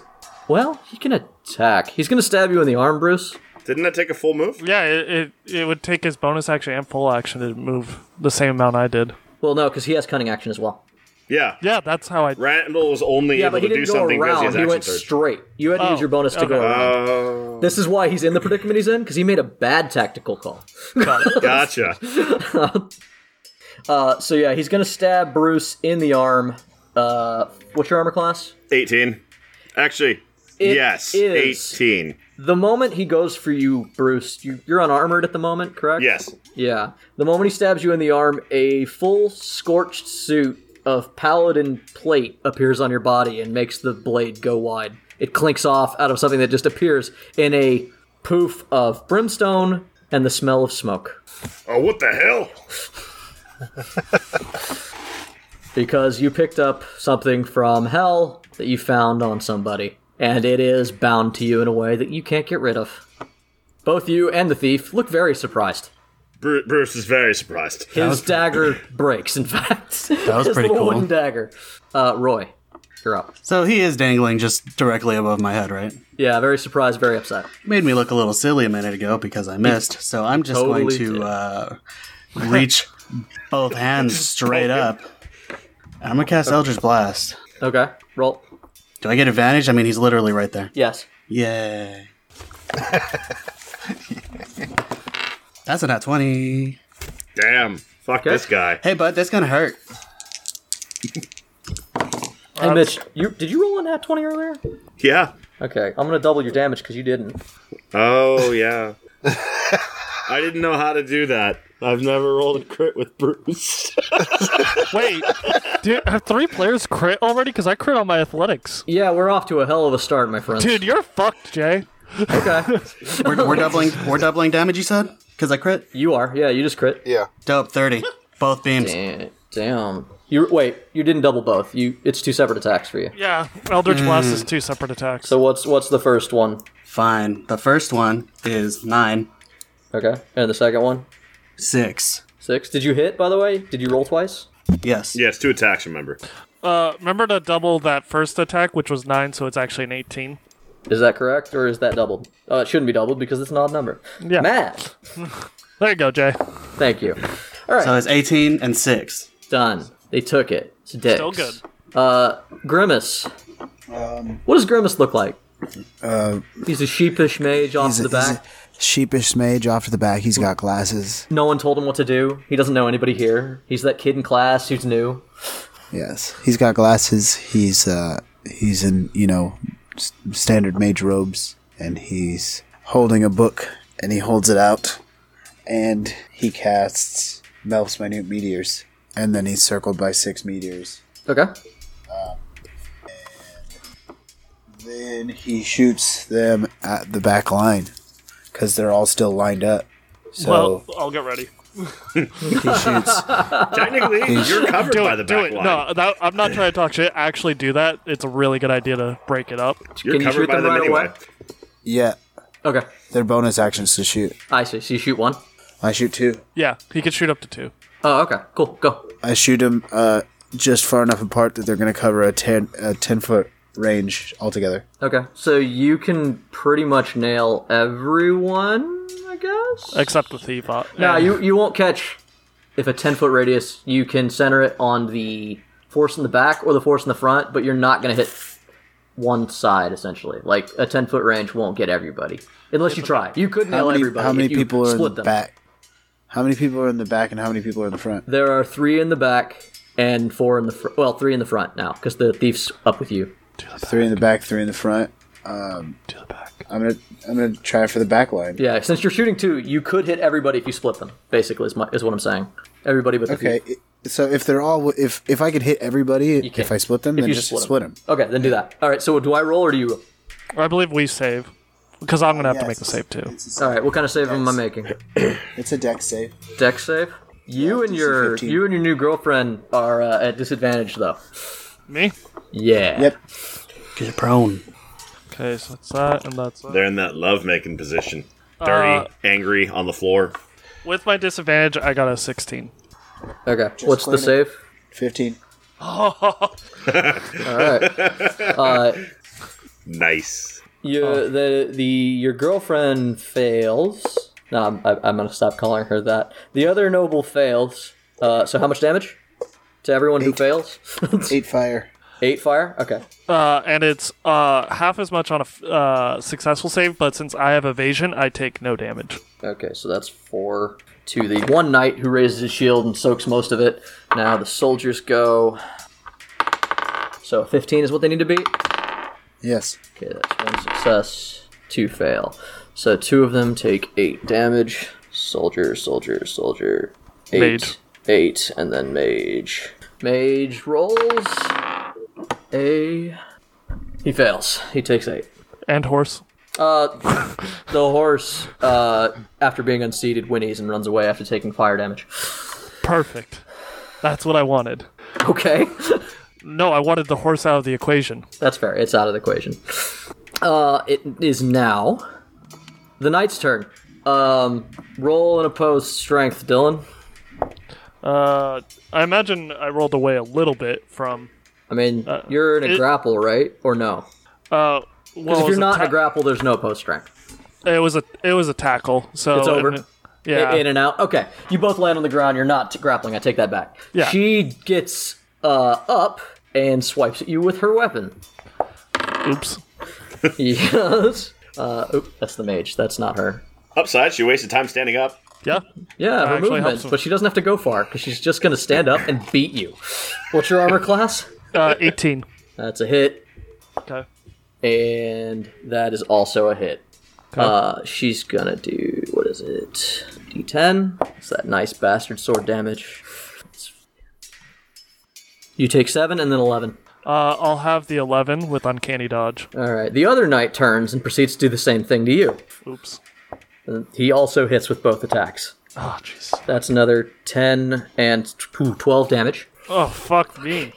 C: well, he can attack. He's gonna stab you in the arm, Bruce.
D: Didn't that take a full move?
B: Yeah, it, it, it would take his bonus action and full action to move the same amount I did.
C: Well, no, because he has cunning action as well.
D: Yeah.
B: Yeah, that's how I.
D: Randall was only
C: Yeah,
D: able
C: but he
D: to do
C: didn't go
D: something because he
C: around.
D: has
C: He
D: action
C: went
D: surge.
C: straight. You had to
B: Oh,
C: use your bonus to go
B: okay.
C: around.
D: Oh,
C: This is why he's in the predicament he's in because he made a bad tactical call.
D: gotcha.
C: Uh, so yeah, he's gonna stab Bruce in the arm. Uh, what's your armor class?
D: 18. Actually,
C: It
D: yes,
C: is-
D: 18.
C: The moment he goes for you, Bruce, you, you're unarmored at the moment, correct?
D: Yes.
C: Yeah. The moment he stabs you in the arm, a full scorched suit of paladin plate appears on your body and makes the blade go wide. It clinks off out of something that just appears in a poof of brimstone and the smell of smoke.
D: Oh, what the hell?
C: Because you picked up something from hell that you found on somebody, and it is bound to you in a way that you can't get rid of. Both you and the thief look very surprised.
D: Bru- Bruce is very surprised.
C: His dagger breaks, in fact. That
F: was
C: His
F: pretty
C: little
F: cool.
C: wooden dagger. Uh, Roy. You're up.
F: So he is dangling just directly above my head, right?
C: Yeah, very surprised, very upset.
F: Made me look a little silly a minute ago because I missed. So I'm just
C: Totally
F: going to
C: did.
F: uh, reach both hands straight up. I'm gonna cast Eldritch Blast.
C: Okay, roll.
F: Do I get advantage? I mean, he's literally right there.
C: Yes.
F: Yay! That's a nat twenty.
D: Damn. Fuck
C: Okay.
D: this guy.
F: Hey, bud, that's gonna hurt.
C: Hey, Mitch, you did you roll a nat twenty earlier?
D: Yeah.
C: Okay, I'm gonna double your damage because you didn't.
D: Oh yeah. I didn't know how to do that. I've never rolled a crit with Bruce.
B: Wait, do, have three players crit already? Because I crit on my athletics.
C: Yeah, we're off to a hell of a start, my friend.
B: Dude, you're fucked, Jay.
C: Okay,
F: We're, we're doubling. We're doubling damage. You said because I crit.
C: you are. Yeah, you just crit.
E: Yeah.
F: Dope thirty. Both beams.
C: Eh, Damn. You wait. You didn't double both. You. It's two separate attacks for you.
B: Yeah, Eldritch Blast is two separate attacks.
C: So what's what's the first one?
F: Fine. The first one is nine,
C: Okay, and the second one
F: six.
C: six. Did you hit? By the way, did you roll twice?
F: Yes.
D: yes, two attacks. Remember.
B: uh, remember to double that first attack, which was nine, so it's actually an eighteen.
C: Is that correct, or is that doubled? Uh, it shouldn't be doubled because it's an odd number.
B: Yeah.
C: Matt,
B: There you go, Jay.
C: thank you. All right,
F: So it's eighteen and six.
C: done. They took it. It's dicks.
B: Still good.
C: Uh, Grimace.
A: Um,
C: what does Grimace look like? he's a sheepish mage off
A: uh, He's a-
C: the
A: he's a
C: back.
A: sheepish mage off to the back. He's got glasses.
C: No one told him what to do. He doesn't know anybody here. He's that kid in class who's new.
A: Yes, he's got glasses. He's uh, he's in you know s- standard mage robes, and he's holding a book, and he holds it out, and he casts Melf's minute meteors, and then he's circled by six meteors.
C: Okay.
A: Then he shoots them at the back line, because they're all still lined up. So
B: Well, I'll get ready.
A: he shoots.
D: Technically, you're covered
B: Do
D: by
B: it.
D: the
B: do
D: back
B: it.
D: line.
B: No, that, I'm not trying to talk shit. Actually, do that. It's a really good idea to break it up.
D: You're
C: Can you
D: covered
C: shoot
D: by
C: them
D: them
C: right
D: anyway.
C: away?
A: yeah,
C: Okay.
A: they're bonus actions to shoot.
C: I see. So you shoot one.
A: I shoot two.
B: Yeah, he could shoot up to two.
C: Oh, okay. Cool. Go.
A: I shoot them uh, just far enough apart that they're going to cover a ten a ten foot range altogether.
C: Okay. So you can pretty much nail everyone, I guess.
B: Except the thief. Uh,
C: No,
B: yeah.
C: you you won't catch if a ten foot radius. You can center it on the force in the back or the force in the front, but you're not going to hit one side essentially. Like a ten foot range won't get everybody unless you try. You could nail
A: How many,
C: everybody.
A: how many
C: if you
A: people are in the
C: split them.
A: back? How many people are in the back and how many people are in the front?
C: There are three in the back and four in the fr- well, three in the front now because the thief's up with you.
A: Three in the back, three in the front. Um,
B: To the back.
A: I'm gonna I'm gonna try for the back line.
C: Yeah, since you're shooting two, you could hit everybody if you split them. Basically, is, my, is what I'm saying. Everybody but the
A: Okay,
C: thief.
A: i- so if they're all if if I could hit everybody,
C: can't.
A: if I split them,
C: If
A: then
C: you
A: just
C: split 'em.
A: split them.
C: Okay, then do that. All right. So do I roll or do you roll?
B: I believe we save because I'm gonna have
A: yeah,
B: to make the
A: it's-
B: save too.
A: It's,
C: All right. What kind of save am I making?
A: a deck save.
C: Deck save. You and your
A: DC-15.
C: you and your new girlfriend are uh, at disadvantage though.
B: Me.
C: Yeah.
A: Yep.
F: Get prone.
B: Okay, so that's that, and that's that.
D: They're in that lovemaking position. Dirty, angry, on the floor.
B: With my disadvantage, I got a 16.
C: Okay. What's the
A: clean
C: save?
A: it. Fifteen.
C: All right. uh, oh.
D: Nice.
C: you the the your girlfriend fails. No, I'm, I, I'm gonna stop calling her that. The other noble fails. Uh, so how much damage to everyone who fails?
A: Eight fire.
C: Eight fire. Okay.
B: Uh, and it's uh, half as much on a f- uh, successful save, but since I have evasion, I take no damage.
C: Okay, so that's four to the one knight who raises his shield and soaks most of it. Now the soldiers go. So 15 is what they need to beat.
A: Yes.
C: Okay, that's one success, two fail. So two of them take eight damage. Soldier, soldier, soldier. Eight,
B: Mage.
C: Eight, and then mage. Mage rolls. A. He fails. He takes eight.
B: And horse.
C: Uh, the horse, uh, after being unseated, whinnies and runs away after taking fire damage.
B: Perfect. That's what I wanted.
C: Okay,
B: No, I wanted the horse out of the equation.
C: that's fair. It's out of the equation. Uh, it is now the knight's turn. Um, roll and opposed strength, Dylan.
B: Uh, I imagine I rolled away a little bit from
C: I mean, you're in a
B: it-
C: grapple, right? Or no?
B: Uh, well,
C: Because
B: it
C: if
B: was
C: you're
B: a
C: not in
B: ta-
C: a grapple, there's no post strength.
B: it was a it was a tackle. So
C: It's over.
B: Oh, and- yeah,
C: In and out. Okay. You both land on the ground. You're not grappling. I take that back.
B: Yeah.
C: She gets uh, up and swipes at you with her weapon.
B: oops.
C: yes. Uh, oop, that's the mage. That's not her.
D: Upside, she wasted time standing up.
B: Yeah,
C: Yeah, her
B: actually
C: movement,
B: helps.
C: but she doesn't have to go far because she's just going to stand up and beat you. What's your armor class?
B: uh, eighteen.
C: That's a hit,
B: Okay.
C: and that is also a hit.
B: Okay.
C: Uh, she's gonna do what is it? D10. It's that nice bastard sword damage. You take seven and then eleven.
B: Uh, I'll have the eleven with uncanny dodge.
C: All right. The other knight turns and proceeds to do the same thing to you.
B: Oops.
C: And he also hits with both attacks.
B: Oh jeez.
C: That's another ten and t- ooh, twelve damage.
B: Oh fuck me.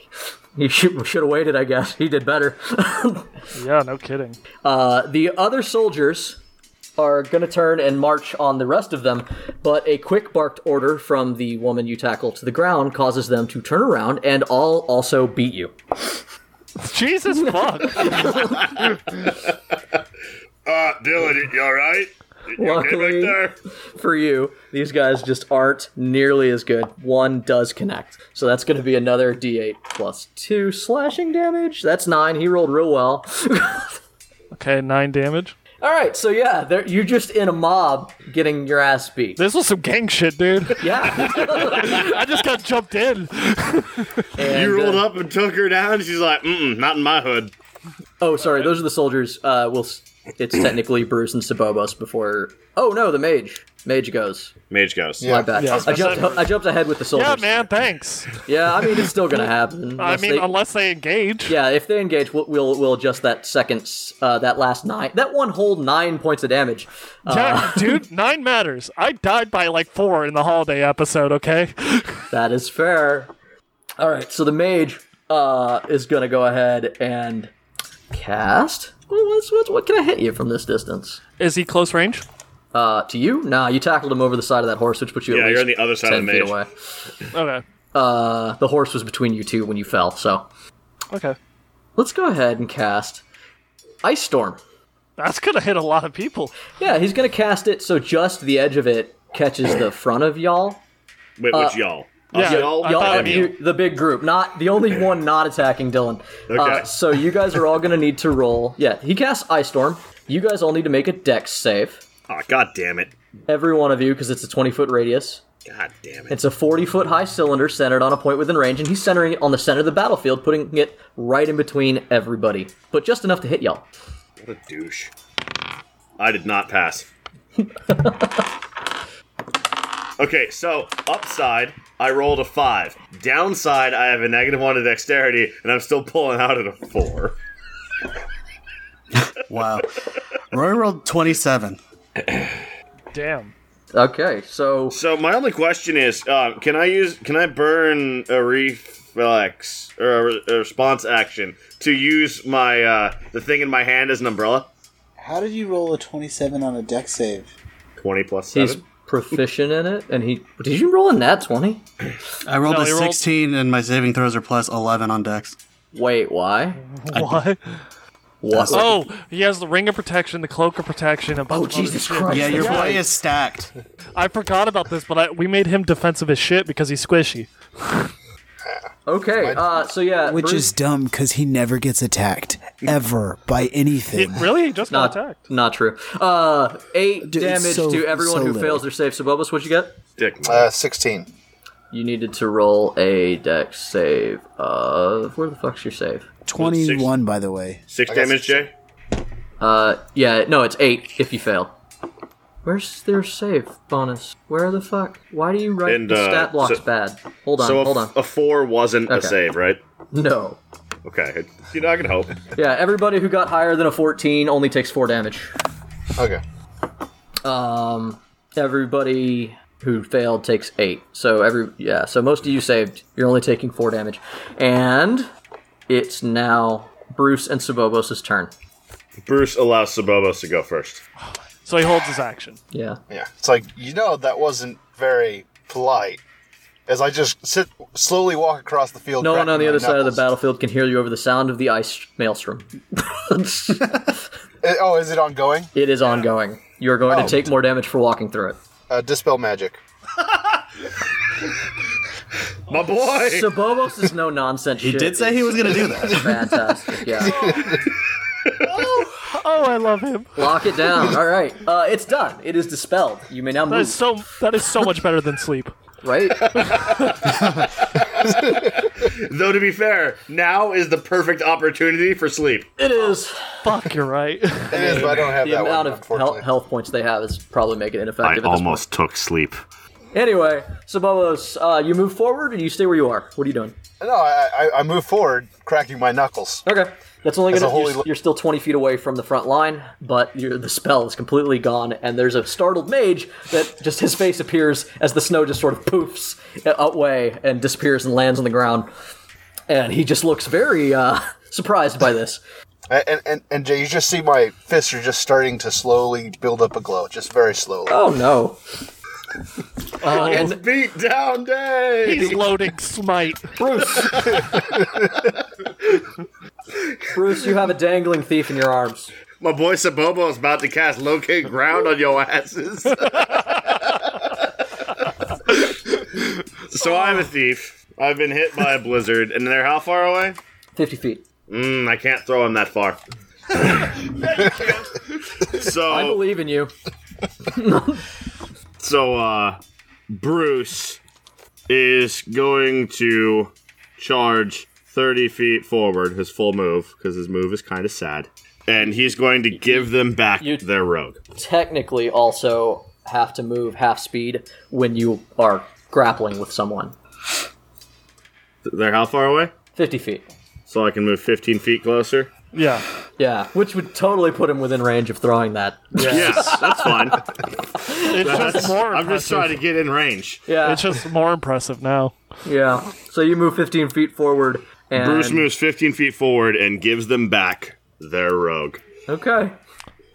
C: He should have waited, I guess. He did better.
B: Yeah, no kidding.
C: Uh, the other soldiers are going to turn and march on the rest of them, but a quick barked order from the woman you tackle to the ground causes them to turn around and all also beat you.
B: Jesus fuck.
D: Uh, Dylan, you alright?
C: Luckily for you, these guys just aren't nearly as good. One does connect. So that's going to be another d8 plus 2 slashing damage. That's 9. He rolled real well.
B: Okay, nine damage.
C: all right, so yeah, there- you're just in a mob getting your ass beat.
B: This was some gang shit, dude.
C: Yeah.
B: I just got jumped in.
D: You
C: uh,
D: rolled up and took her down. She's like, mm, not in my hood.
C: Oh, sorry. Those are the soldiers. Uh, well, s- it's technically Bruce and Sabobos before. Oh no, the mage. Mage goes.
D: Mage goes.
C: My bad.
B: Yeah.
C: I jumped. I jumped ahead with the soldiers.
B: Yeah, man. Thanks.
C: Yeah, I mean it's still gonna happen.
B: I
C: unless
B: mean,
C: they-
B: unless they engage.
C: yeah, if they engage, we'll we'll, we'll adjust that second, s- uh, that last nine, that one whole nine points of damage. Uh,
B: Yeah, dude, nine matters. I died by like four in the holiday episode. Okay.
C: That is fair. All right, so the mage uh, is gonna go ahead and cast. Well, What's, what's, what can I hit you from this distance?
B: Is he close range?
C: Uh, to you? Nah, you tackled him over the side of that horse, which puts you
D: Yeah,
C: at
D: you're
C: least
D: on the other side of
C: ten
D: the
C: feet
D: mage.
C: away.
B: Okay.
C: Uh, the horse was between you two when you fell, so
B: Okay.
C: let's go ahead and cast Ice Storm.
B: That's gonna hit a lot of people.
C: Yeah, he's gonna cast it so just the edge of it catches the front of y'all.
D: Wait, which y'all? Us
B: yeah,
D: y'all?
B: I
C: Y'all,
B: thought
D: and you.
C: you, the big group, not the only one not attacking Dylan.
D: Okay.
C: Uh, so you guys are all gonna need to roll. Yeah, he casts Ice Storm. You guys all need to make a Dex save,
D: Aw, god damn it.
C: every one of you, because it's a twenty foot radius.
D: God damn it.
C: It's a 40 foot high cylinder centered on a point within range, and he's centering it on the center of the battlefield, putting it right in between everybody, but just enough to hit y'all.
D: What a douche. I did not pass. okay, so upside, I rolled a five. Downside, I have a negative one to dexterity, and I'm still pulling out at a four.
F: Wow. Roy rolled 27.
B: Damn.
C: Okay, so
D: So my only question is, uh, can I use? Can I burn a reflex or a, re- a response action to use my uh, the thing in my hand as an umbrella?
G: How did you roll a 27 on a deck save?
D: Twenty plus seven.
C: he's proficient in it, and he did you roll a nat twenty?
F: I rolled
B: No,
F: a
B: he rolled-
F: 16, and my saving throws are plus 11 on dex.
C: Wait, why?
B: Why?
C: What?
B: Oh, he has the ring of protection, the cloak of protection. And
C: Oh, Jesus Christ!
F: Yeah, your boy is stacked.
B: I forgot about this, but I, we made him defensive as shit because he's squishy.
C: Okay, uh, so yeah,
A: Which
C: Bruce-
A: is dumb because he never gets attacked ever by
B: It,
A: anything.
B: really? He just
C: not
B: got attacked.
C: not true. Uh, eight
A: Dude, it's
C: damage
A: so-
C: to everyone
A: so
C: who
A: little.
C: fails their save. So, Bubbles, what'd you get?
D: Dick.
E: Uh, 16.
C: You needed to roll a dex save of where the fuck's your save?
A: 21, by the way.
D: Six damage, Jay.
C: Uh, yeah, no, it's eight if you fail. Where's their save bonus? Where the fuck? Why do you write
D: And,
C: the
D: uh,
C: stat blocks
D: so-
C: bad? Hold on,
D: So a,
C: hold on.
D: a four wasn't a
C: Okay.
D: save, right?
C: No.
D: Okay, you know I can hope.
C: Yeah, everybody who got higher than a 14 only takes four damage.
E: Okay.
C: Um, everybody who failed takes eight. So every yeah, so most of you saved. You're only taking four damage, and it's now Bruce and Subobos' turn.
D: Bruce allows Sabobos to go first.
B: So he holds his action.
C: Yeah.
E: Yeah. It's like, you know, that wasn't very polite. as I just sit slowly walk across the field.
C: No one
E: cracking
C: on the
E: my
C: other side of the
E: knuckles.
C: battlefield can hear you over the sound of the ice maelstrom.
E: Uh, Oh, is it ongoing?
C: it is ongoing. You are going
E: Oh.
C: to take more damage for walking through it.
E: Uh, dispel magic.
D: My boy!
C: Oh, So Bobos is no nonsense.
F: He did say he was going to do that.
C: fantastic. Yeah,
B: Oh, I love him.
C: lock it down. All right, uh, it's done. It is dispelled. You may now
B: That is
C: move.
B: so. That is so much better than sleep.
C: Right?
D: Though to be fair, now is the perfect opportunity for sleep.
C: It is.
B: Fuck, you're right.
E: It is, but I don't have
C: The
E: that
C: amount
E: one.
C: of health,
E: unfortunately.
C: health points they have is probably making it
D: I
C: ineffective. at this point.
D: almost took sleep.
C: Anyway, so Bobos, uh, you move forward or you stay where you are? What are you doing?
E: No, I, I, I move forward, cracking my knuckles.
C: Okay. That's only
E: As
C: gonna.
E: a holy
C: You're,
E: lo-
C: you're still 20 feet away from the front line, but you're, the spell is completely gone, and there's a startled mage that just his face appears as the snow just sort of poofs uh, away and disappears and lands on the ground, and he just looks very uh, surprised by this.
E: A- And, and and Jay, you just see my fists are just starting to slowly build up a glow, just very slowly.
C: Oh no!
D: It's beat down day!
B: He's loading smite.
C: Bruce. Bruce, you have a dangling thief in your arms.
D: My boy Sabobo is about to cast locate ground on your asses.
C: Oh.
D: so I'm a thief. I've been hit by a blizzard, and they're how far away?
C: 50 feet.
D: Mm, I can't throw him that far.
C: I
B: Oh.
D: so
C: believe in you.
D: so uh, Bruce is going to charge 30 feet forward, his full move, because his move is kind of sad. And he's going to give them back
C: you-
D: their rogue.
C: technically also have to move half speed when you are grappling with someone.
D: They're how far away?
C: 50 feet.
D: So I can move 15 feet closer?
B: Yeah.
C: Yeah, which would totally put him within range of throwing that.
D: Yes, that's fine.
B: It's just more.
D: I'm just trying to get in range.
C: Yeah.
B: It's just more impressive now.
C: Yeah. So you move 15 feet forward and
D: Bruce moves 15 feet forward and gives them back their rogue.
C: Okay.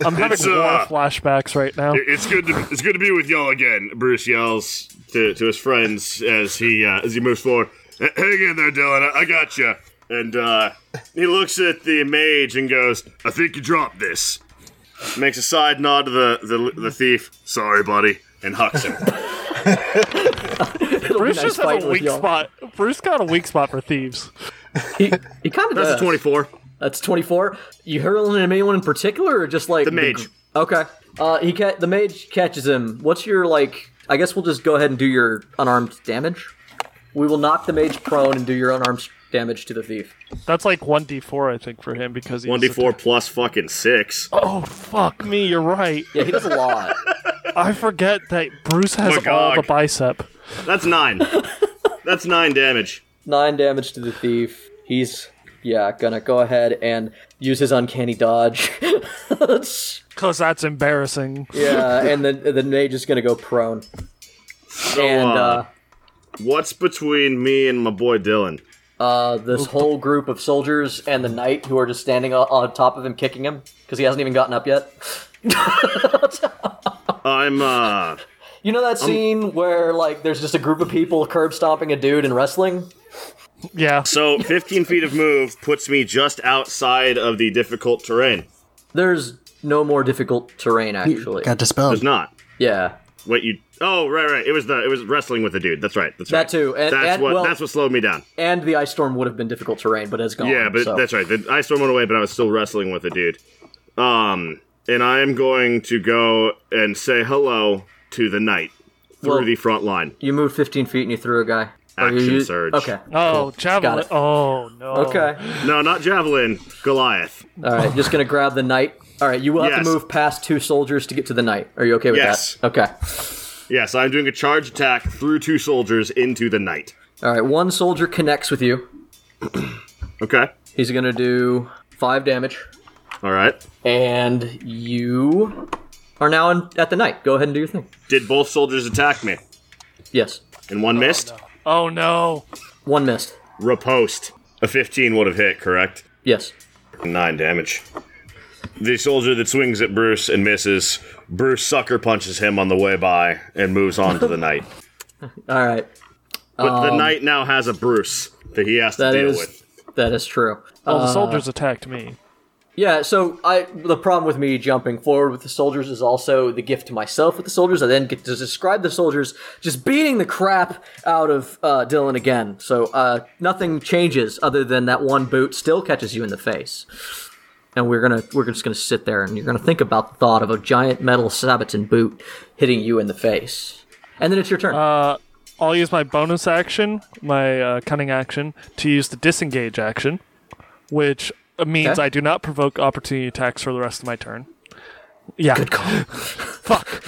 B: I'm having
D: It's,
B: war
D: uh,
B: flashbacks right now.
D: It's good. To, it's good to be with y'all again. Bruce yells to, to his friends as he uh, as he moves forward. "H- Hang in there, Dylan. I, I got you. And uh, he looks at the mage and goes, "I think you dropped this." Makes a side nod to the the, the thief. Sorry, buddy, and hucks him.
B: Bruce
C: It'll be nice
B: just has
C: fighting
B: a
C: with
B: weak
C: y'all.
B: spot. Bruce got a weak spot for thieves.
C: He, he kind of does.
D: That's a twenty-four.
C: That's 24. You hurling at anyone in particular or just like. The
D: mage.
C: okay. Uh, he ca- The mage catches him. What's your, like. I guess we'll just go ahead and do your unarmed damage. We will knock the mage prone and do your unarmed damage to the thief.
B: That's like one d four, I think, for him because he's
D: One d four plus fucking six.
B: Oh fuck me, you're right.
C: Yeah, he does a lot.
B: I forget that Bruce has
D: Magog.
B: all the bicep.
D: That's nine. That's nine damage.
C: Nine damage to the thief. He's yeah, gonna go ahead and use his uncanny dodge.
B: Cause that's embarrassing.
C: yeah, and then the mage is gonna go prone.
D: So,
C: And uh,
D: What's between me and my boy Dylan?
C: uh, this whole group of soldiers and the knight who are just standing on, on top of him, kicking him because he hasn't even gotten up yet.
D: I'm uh
C: You know that scene where like there's just a group of people curb stomping a dude and wrestling.
B: Yeah.
D: so 15 feet of move puts me just outside of the difficult terrain.
C: There's no more difficult terrain actually.
F: Got dispelled.
D: It's not.
C: Yeah,
D: Wait, you Oh, right, right. It was the it was wrestling with the dude. That's right. That's
C: That
D: right.
C: too, and-
D: that's
C: and-
D: what
C: well-
D: that's what slowed me down.
C: and the ice storm would have been difficult terrain, but it's gone.
D: Yeah, but
C: so.
D: that's right. The ice storm went away, but I was still wrestling with the dude. Um and I am going to go and say hello to the knight through
C: Well-
D: the front line.
C: You moved 15 feet and you threw a guy. Or you
D: Action
C: u-
D: surge.
C: Okay.
B: Oh,
C: Got
B: javelin.
C: it.
B: Oh no.
C: Okay.
D: No, not javelin, Goliath.
C: All right. Just gonna grab the knight. All right. You will have
D: Yes.
C: to move past two soldiers to get to the knight. Are you okay with
D: Yes.
C: that? Okay.
D: Yes, I'm doing a charge attack through two soldiers into the knight.
C: All right. One soldier connects with you.
D: Okay.
C: He's gonna do five damage,
D: All right.
C: and you are now in, at the knight. Go ahead and do your thing.
D: Did both soldiers attack me?
C: Yes.
D: And one missed?
B: Oh no.
C: One missed.
D: Repost. A 15 would have hit, correct?
C: Yes.
D: Nine damage. The soldier that swings at Bruce and misses, Bruce sucker punches him on the way by and moves on to the knight.
C: All right.
D: But the knight now has a Bruce that he has to
C: Um, That
D: deal
C: is
D: with.
C: that is true.
B: All Oh, the soldiers attacked me.
C: Yeah, so I the problem with me jumping forward with the soldiers is also the gift to myself with the soldiers. I then get to describe the soldiers just beating the crap out of uh, Dylan again. So uh, nothing changes other than that one boot still catches you in the face, and we're gonna we're just gonna sit there and you're gonna think about the thought of a giant metal sabaton boot hitting you in the face, and then it's your turn.
B: I'll use my bonus action, my uh, cunning action, to use the disengage action, which means
C: Okay.
B: I do not provoke opportunity attacks for the rest of my turn. Yeah. Good call. Fuck.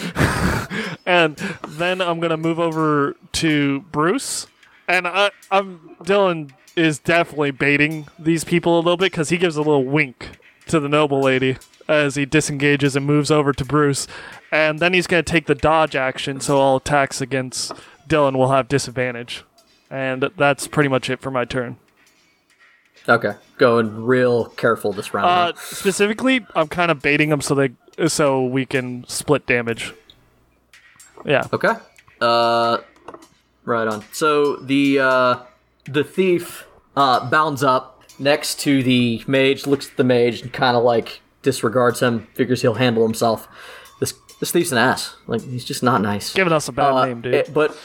B: and then I'm gonna move over to Bruce, and I, I'm Dylan is definitely baiting these people a little bit because he gives a little wink to the noble lady as he disengages and moves over to Bruce, and then he's gonna take the dodge action, so all attacks against Dylan will have disadvantage, and that's pretty much it for my turn.
C: okay, going real careful this round.
B: Uh, specifically, I'm kind of baiting them so they so we can split damage. Yeah.
C: Okay. Uh, right on. So the uh, the thief uh, bounds up next to the mage, looks at the mage, and kind of like disregards him. Figures he'll handle himself. This this thief's an ass. Like he's just not nice.
B: Giving us a bad
C: Uh,
B: name, dude.
C: it- but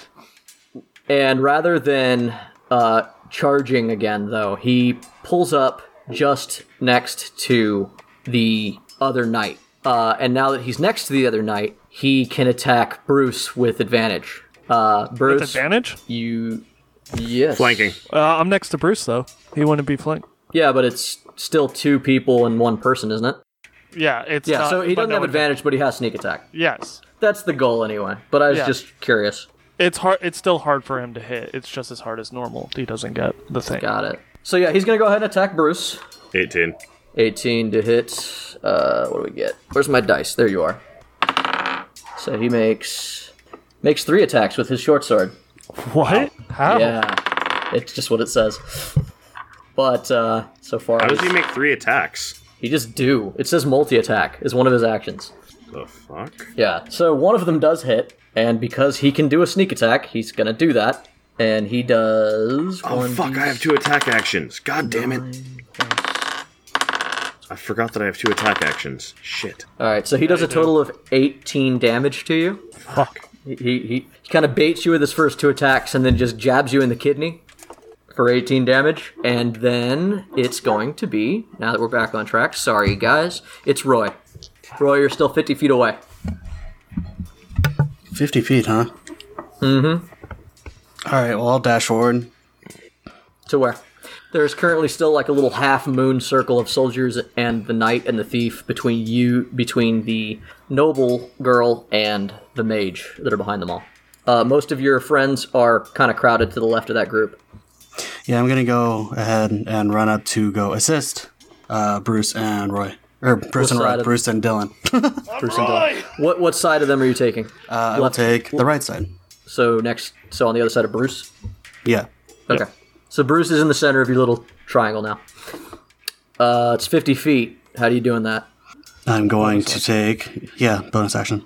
C: and rather than uh, charging again, though, he pulls up just next to the other knight. Uh, and now that he's next to the other knight, he can attack Bruce with advantage. Uh, Bruce,
B: Disadvantage?
C: you yes,
D: Flanking.
B: Uh, I'm next to Bruce though. He wouldn't be flanked.
C: Yeah, but it's still two people and one person, isn't it?
B: Yeah, it's
C: Yeah.
B: not-
C: so he
B: but
C: doesn't
B: that
C: have
B: would-
C: advantage, but he has sneak attack.
B: Yes,
C: That's the goal anyway. But I was
B: Yeah.
C: just curious.
B: it's hard. It's still hard for him to hit. It's just as hard as normal. He doesn't get the thing.
C: Got it. So yeah, he's gonna go ahead and attack Bruce.
D: 18.
C: 18 to hit. Uh, what do we get? Where's my dice? There you are. So he makes makes three attacks with his short sword.
B: What? How?
C: Yeah, it's just what it says. But uh, so far,
D: How does he
C: he's-
D: make three attacks?
C: he just do. It says multi attack is one of his actions.
D: The fuck?
C: Yeah. So one of them does hit, and because he can do a sneak attack, he's gonna do that. And he does.
D: Oh
C: one
D: fuck,
C: D-
D: I have two attack actions. God damn it. I forgot that I have two attack actions. Shit.
C: All right. So he does a total of 18 damage to you.
B: Fuck.
C: He, he, he kind of baits you with his first two attacks and then just jabs you in the kidney for 18 damage. And then it's going to be, now that we're back on track, sorry guys, it's Roy. Roy, you're still 50 feet away.
F: 50 feet, huh? Mm hmm. All right, well, I'll dash forward.
C: To where? There's currently still like a little half moon circle of soldiers and the knight and the thief between you, between the noble girl and the mage that are behind them all. Uh, most of your friends are kind of crowded to the left of that group.
F: Yeah, I'm going to go ahead and run up to go assist uh, Bruce and Roy. Or Bruce and
C: side
F: Roy,
C: of-
F: Bruce and Dylan. Bruce and Dylan.
C: What what side of them are you taking?
F: Uh, I will take the right side.
C: So next, so on the other side of Bruce.
F: Yeah.
C: Okay. So Bruce is in the center of your little triangle now. Uh, it's 50 feet. How do you doing that?
F: I'm going to take, yeah, bonus action.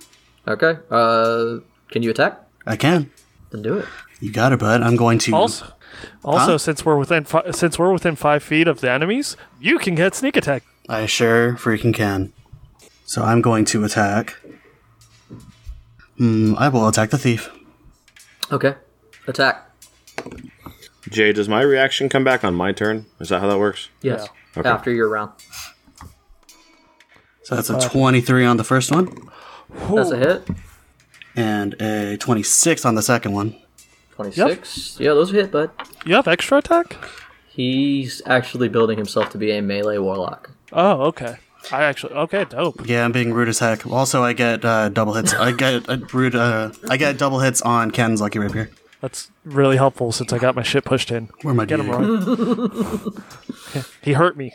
C: Okay. Uh, can you attack?
F: I can.
C: Then do it.
F: You got it, bud. I'm going to.
B: Also, also since we're within fi- since we're within five feet of the enemies, you can get sneak attack.
F: I sure freaking can. So I'm going to attack. Hmm, I will attack the thief.
C: Okay. Attack.
D: Jay, does my reaction come back on my turn? Is that how that works?
C: Yes.
D: Okay.
C: After your round.
F: So that's a 23 on the first one.
C: That's a hit.
F: and a 26 on the second one.
C: 26. Yeah, those are hit, bud.
B: You have extra attack?
C: He's actually building himself to be a melee warlock.
B: Oh, okay. I actually okay, dope.
F: Yeah, I'm being rude as heck. Also, I get uh, double hits. I get uh, rude. Uh, I get double hits on Ken's lucky rapier.
B: That's really helpful since I got my shit pushed in.
F: Where am I?
B: Get him right. he hurt me.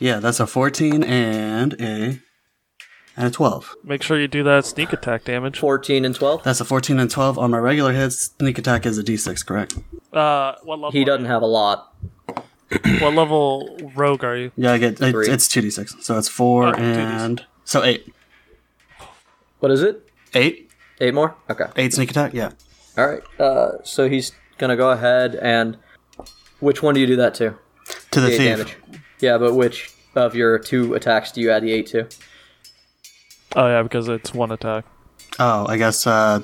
F: Yeah, that's a 14 and a and a 12.
B: Make sure you do that sneak attack damage.
C: 14 and 12.
F: That's a 14 and 12 on my regular hits. Sneak attack is a d6, correct?
B: Uh, what level?
C: He doesn't have a lot.
B: What level rogue are you?
F: Yeah, I get it,
C: Three.
F: it's 2d6. So it's 4
B: Oh, 2d6.
F: and so 8.
C: What is it?
F: 8?
C: Eight more? Okay.
F: 8 sneak attack? Yeah.
C: All right. Uh, so he's gonna go ahead and which one do you do that to?
F: To the
C: The eight
F: thief.
C: damage. Yeah, but which of your two attacks do you add the eight to?
B: Oh yeah, because it's one attack.
F: Oh, I guess uh,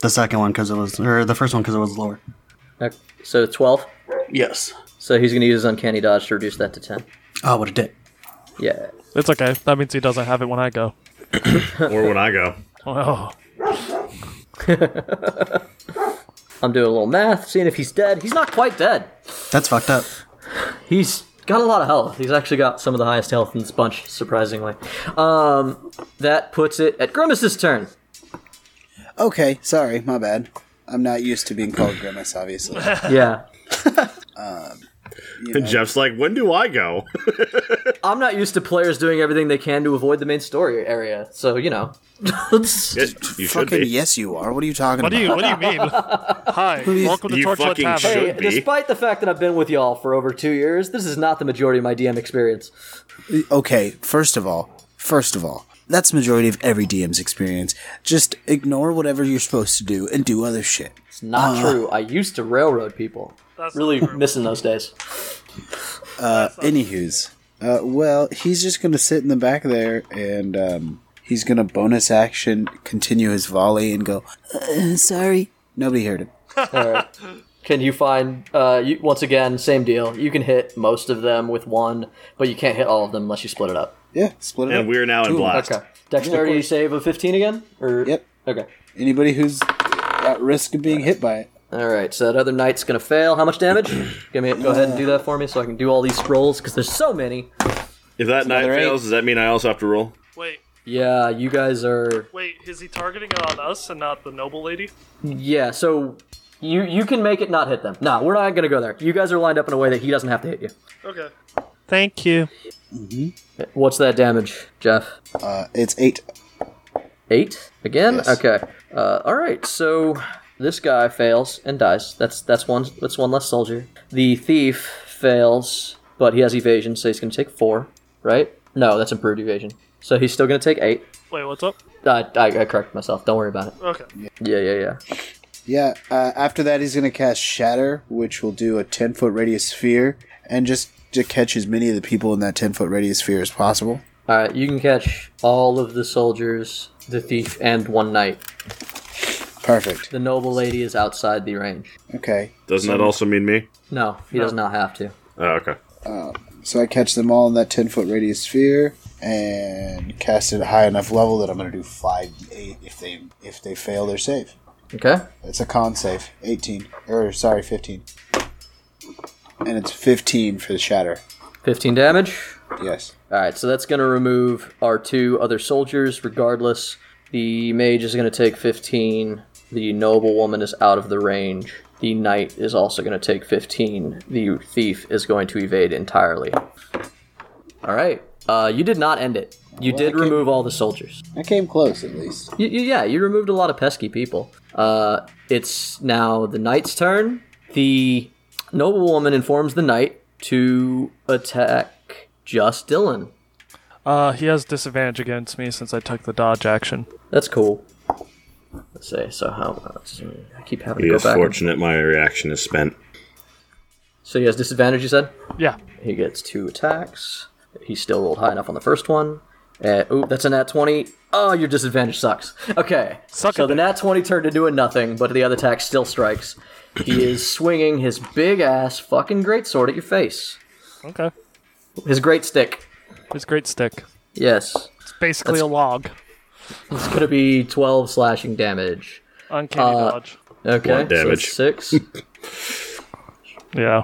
F: the second one because it was, or the first one because it was lower.
C: Okay, So twelve.
F: Yes.
C: So he's gonna use his uncanny dodge to reduce that to ten.
F: Oh, what a dick.
C: Yeah.
B: It's okay. That means he doesn't have it when I go.
D: or when I go.
B: Oh,
C: I'm doing a little math, seeing if he's dead. He's not quite dead.
F: That's fucked up.
C: He's got a lot of health. He's actually got some of the highest health in this bunch, surprisingly. Um, that puts it at Grimace's turn.
A: Okay, sorry, my bad. I'm not used to being called Grimace, obviously.
C: Yeah.
D: And Jeff's like, when do I go?
C: I'm not used to players doing everything they can to avoid the main story area, so you know.
D: you should
A: Fucking
D: be.
A: yes, you are. What are you talking
B: what do
A: about?
B: you what do you mean? Hi, welcome to
D: You
B: Torchwood
D: fucking
B: Tavern.
D: should.
C: hey,
D: be.
C: despite the fact that I've been with y'all for over two years, this is not the majority of my DM experience.
A: okay, first of all, first of all, that's the majority of every DM's experience. Just ignore whatever you're supposed to do and do other shit.
C: It's not true. I used to railroad people. really missing those days.
A: Anywho's, uh, well, he's just gonna sit in the back there and um, he's gonna bonus action continue his volley and go. Uh, sorry, nobody heard him.
C: Can you find uh, you, once again? Same deal. You can hit most of them with one, but you can't hit all of them unless you split it up.
A: Yeah, split it up.
D: And we're now in
A: Two.
D: blast.
C: Okay. Dexterity save of 15 again? Or
A: Yep.
C: Okay.
A: Anybody who's at risk of being hit by it.
C: All right. So that other knight's gonna fail. How much damage? Give me. Go ahead and do that for me, so I can do all these rolls because there's so many.
D: If that knight
A: eight.
D: fails, does that mean I also have to roll?
B: Wait,
C: Yeah, you guys are.
B: wait, is he targeting it on us and not the noble lady?
C: Yeah. So you you can make it not hit them. No, we're not gonna go there. You guys are lined up in a way that he doesn't have to hit you.
B: Okay. Thank you.
C: What's that damage, Jeff?
A: Uh, it's eight.
C: Eight again.
A: Yes.
C: Okay. Uh, all right. So this guy fails and dies. That's that's one that's one less soldier. The thief fails, but he has evasion, so he's going to take four. Right? No, that's improved evasion. So he's still going to take eight.
B: Wait, what's up?
C: I, I, I corrected myself. Don't worry about it.
B: Okay.
C: Yeah, yeah, yeah.
A: Yeah, uh, after that, he's going to cast Shatter, which will do a 10 foot radius sphere and just to catch as many of the people in that 10 foot radius sphere as possible.
C: All right. You can catch all of the soldiers, the thief, and one knight.
A: Perfect.
C: The noble lady is outside the range.
A: Okay.
D: Doesn't
C: Mm-hmm.
D: that also mean me?
C: No, he does not have to.
D: Oh, okay.
A: So I catch them all in that 10 foot radius sphere and cast it at a high enough level that I'm going to do 5d8 if they if they fail their save.
C: Okay.
A: It's a con save, 18 or sorry, 15. And it's 15 for the shatter.
C: Fifteen damage.
A: Yes.
C: All right, so that's going to remove our two other soldiers. Regardless, the mage is going to take 15. The noble woman is out of the range. The knight is also going to take 15. The thief is going to evade entirely. All right, uh, you did not end it. You did remove all the soldiers.
A: I came close at least.
C: You, you, yeah, you removed a lot of pesky people. Uh, it's now the knight's turn. The noblewoman informs the knight to attack just Dylan.
B: Uh, he has disadvantage against me since I took the dodge action.
C: That's cool. Let's see. So how much? I keep having to
D: He
C: go
D: is
C: back. and-
D: fortunate my reaction is spent.
C: So he has disadvantage. You said
B: Yeah.
C: he gets two attacks. He still rolled high enough on the first one. Uh, ooh, that's a nat twenty. Oh, your disadvantage sucks. Okay,
B: Suck
C: so
B: it.
C: the nat twenty turned into a nothing, but the other attack still strikes. He is swinging his big ass fucking great sword at your face.
B: Okay.
C: His great stick.
B: His great stick.
C: Yes,
B: It's basically a log.
C: it's gonna be twelve slashing damage.
B: Uncanny
C: Uh,
B: dodge.
C: Okay, so that's
D: damage.
C: six.
B: Yeah.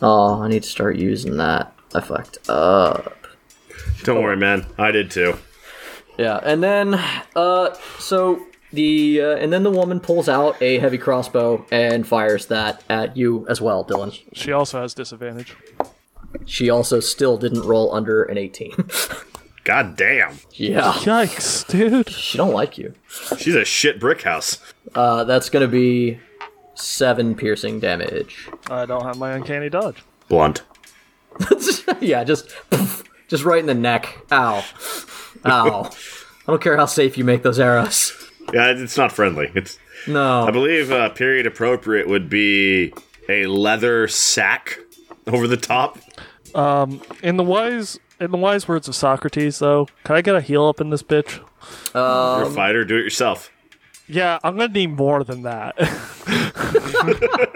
C: oh, I need to start using that. I fucked up.
D: Don't worry, man. I did too.
C: Yeah, and then uh, so the uh, and then the woman pulls out a heavy crossbow and fires that at you as well, Dylan.
B: She also has disadvantage.
C: She also still didn't roll under an eighteen.
D: God damn.
C: yeah,
B: Yikes, dude.
C: she don't like you.
D: She's a shit brick house.
C: Uh, that's gonna be seven piercing damage.
B: I don't have my uncanny dodge.
D: Blunt.
C: yeah, just just right in the neck. Ow, ow. I don't care how safe you make those arrows.
D: Yeah, it's not friendly. It's I
C: No.
D: believe uh, period appropriate would be a leather sack over the top.
B: In the wise in the wise words of Socrates, though, can I get a heal up in this bitch?
D: You're
C: Um,
D: a fighter, do it yourself.
B: Yeah, I'm gonna need more than that.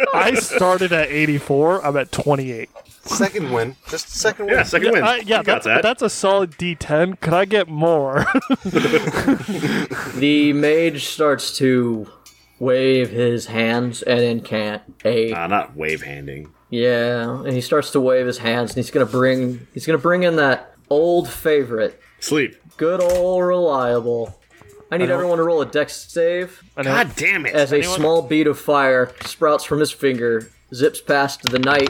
B: I started at 84. I'm at 28.
E: Second win. Just second win.
D: Yeah, second win.
B: I, Uh, yeah,
D: You got
B: that's,
D: that.
B: that's a solid D10. Could I get more?
C: The mage starts to wave his hands and incant a
D: Ah, not wave handing.
C: yeah, and he starts to wave his hands and he's gonna bring he's gonna bring in that old favorite,
D: Sleep.
C: good old reliable. I need everyone to roll a dex save
D: God damn it.
C: as a small bead of fire sprouts from his finger, zips past the knight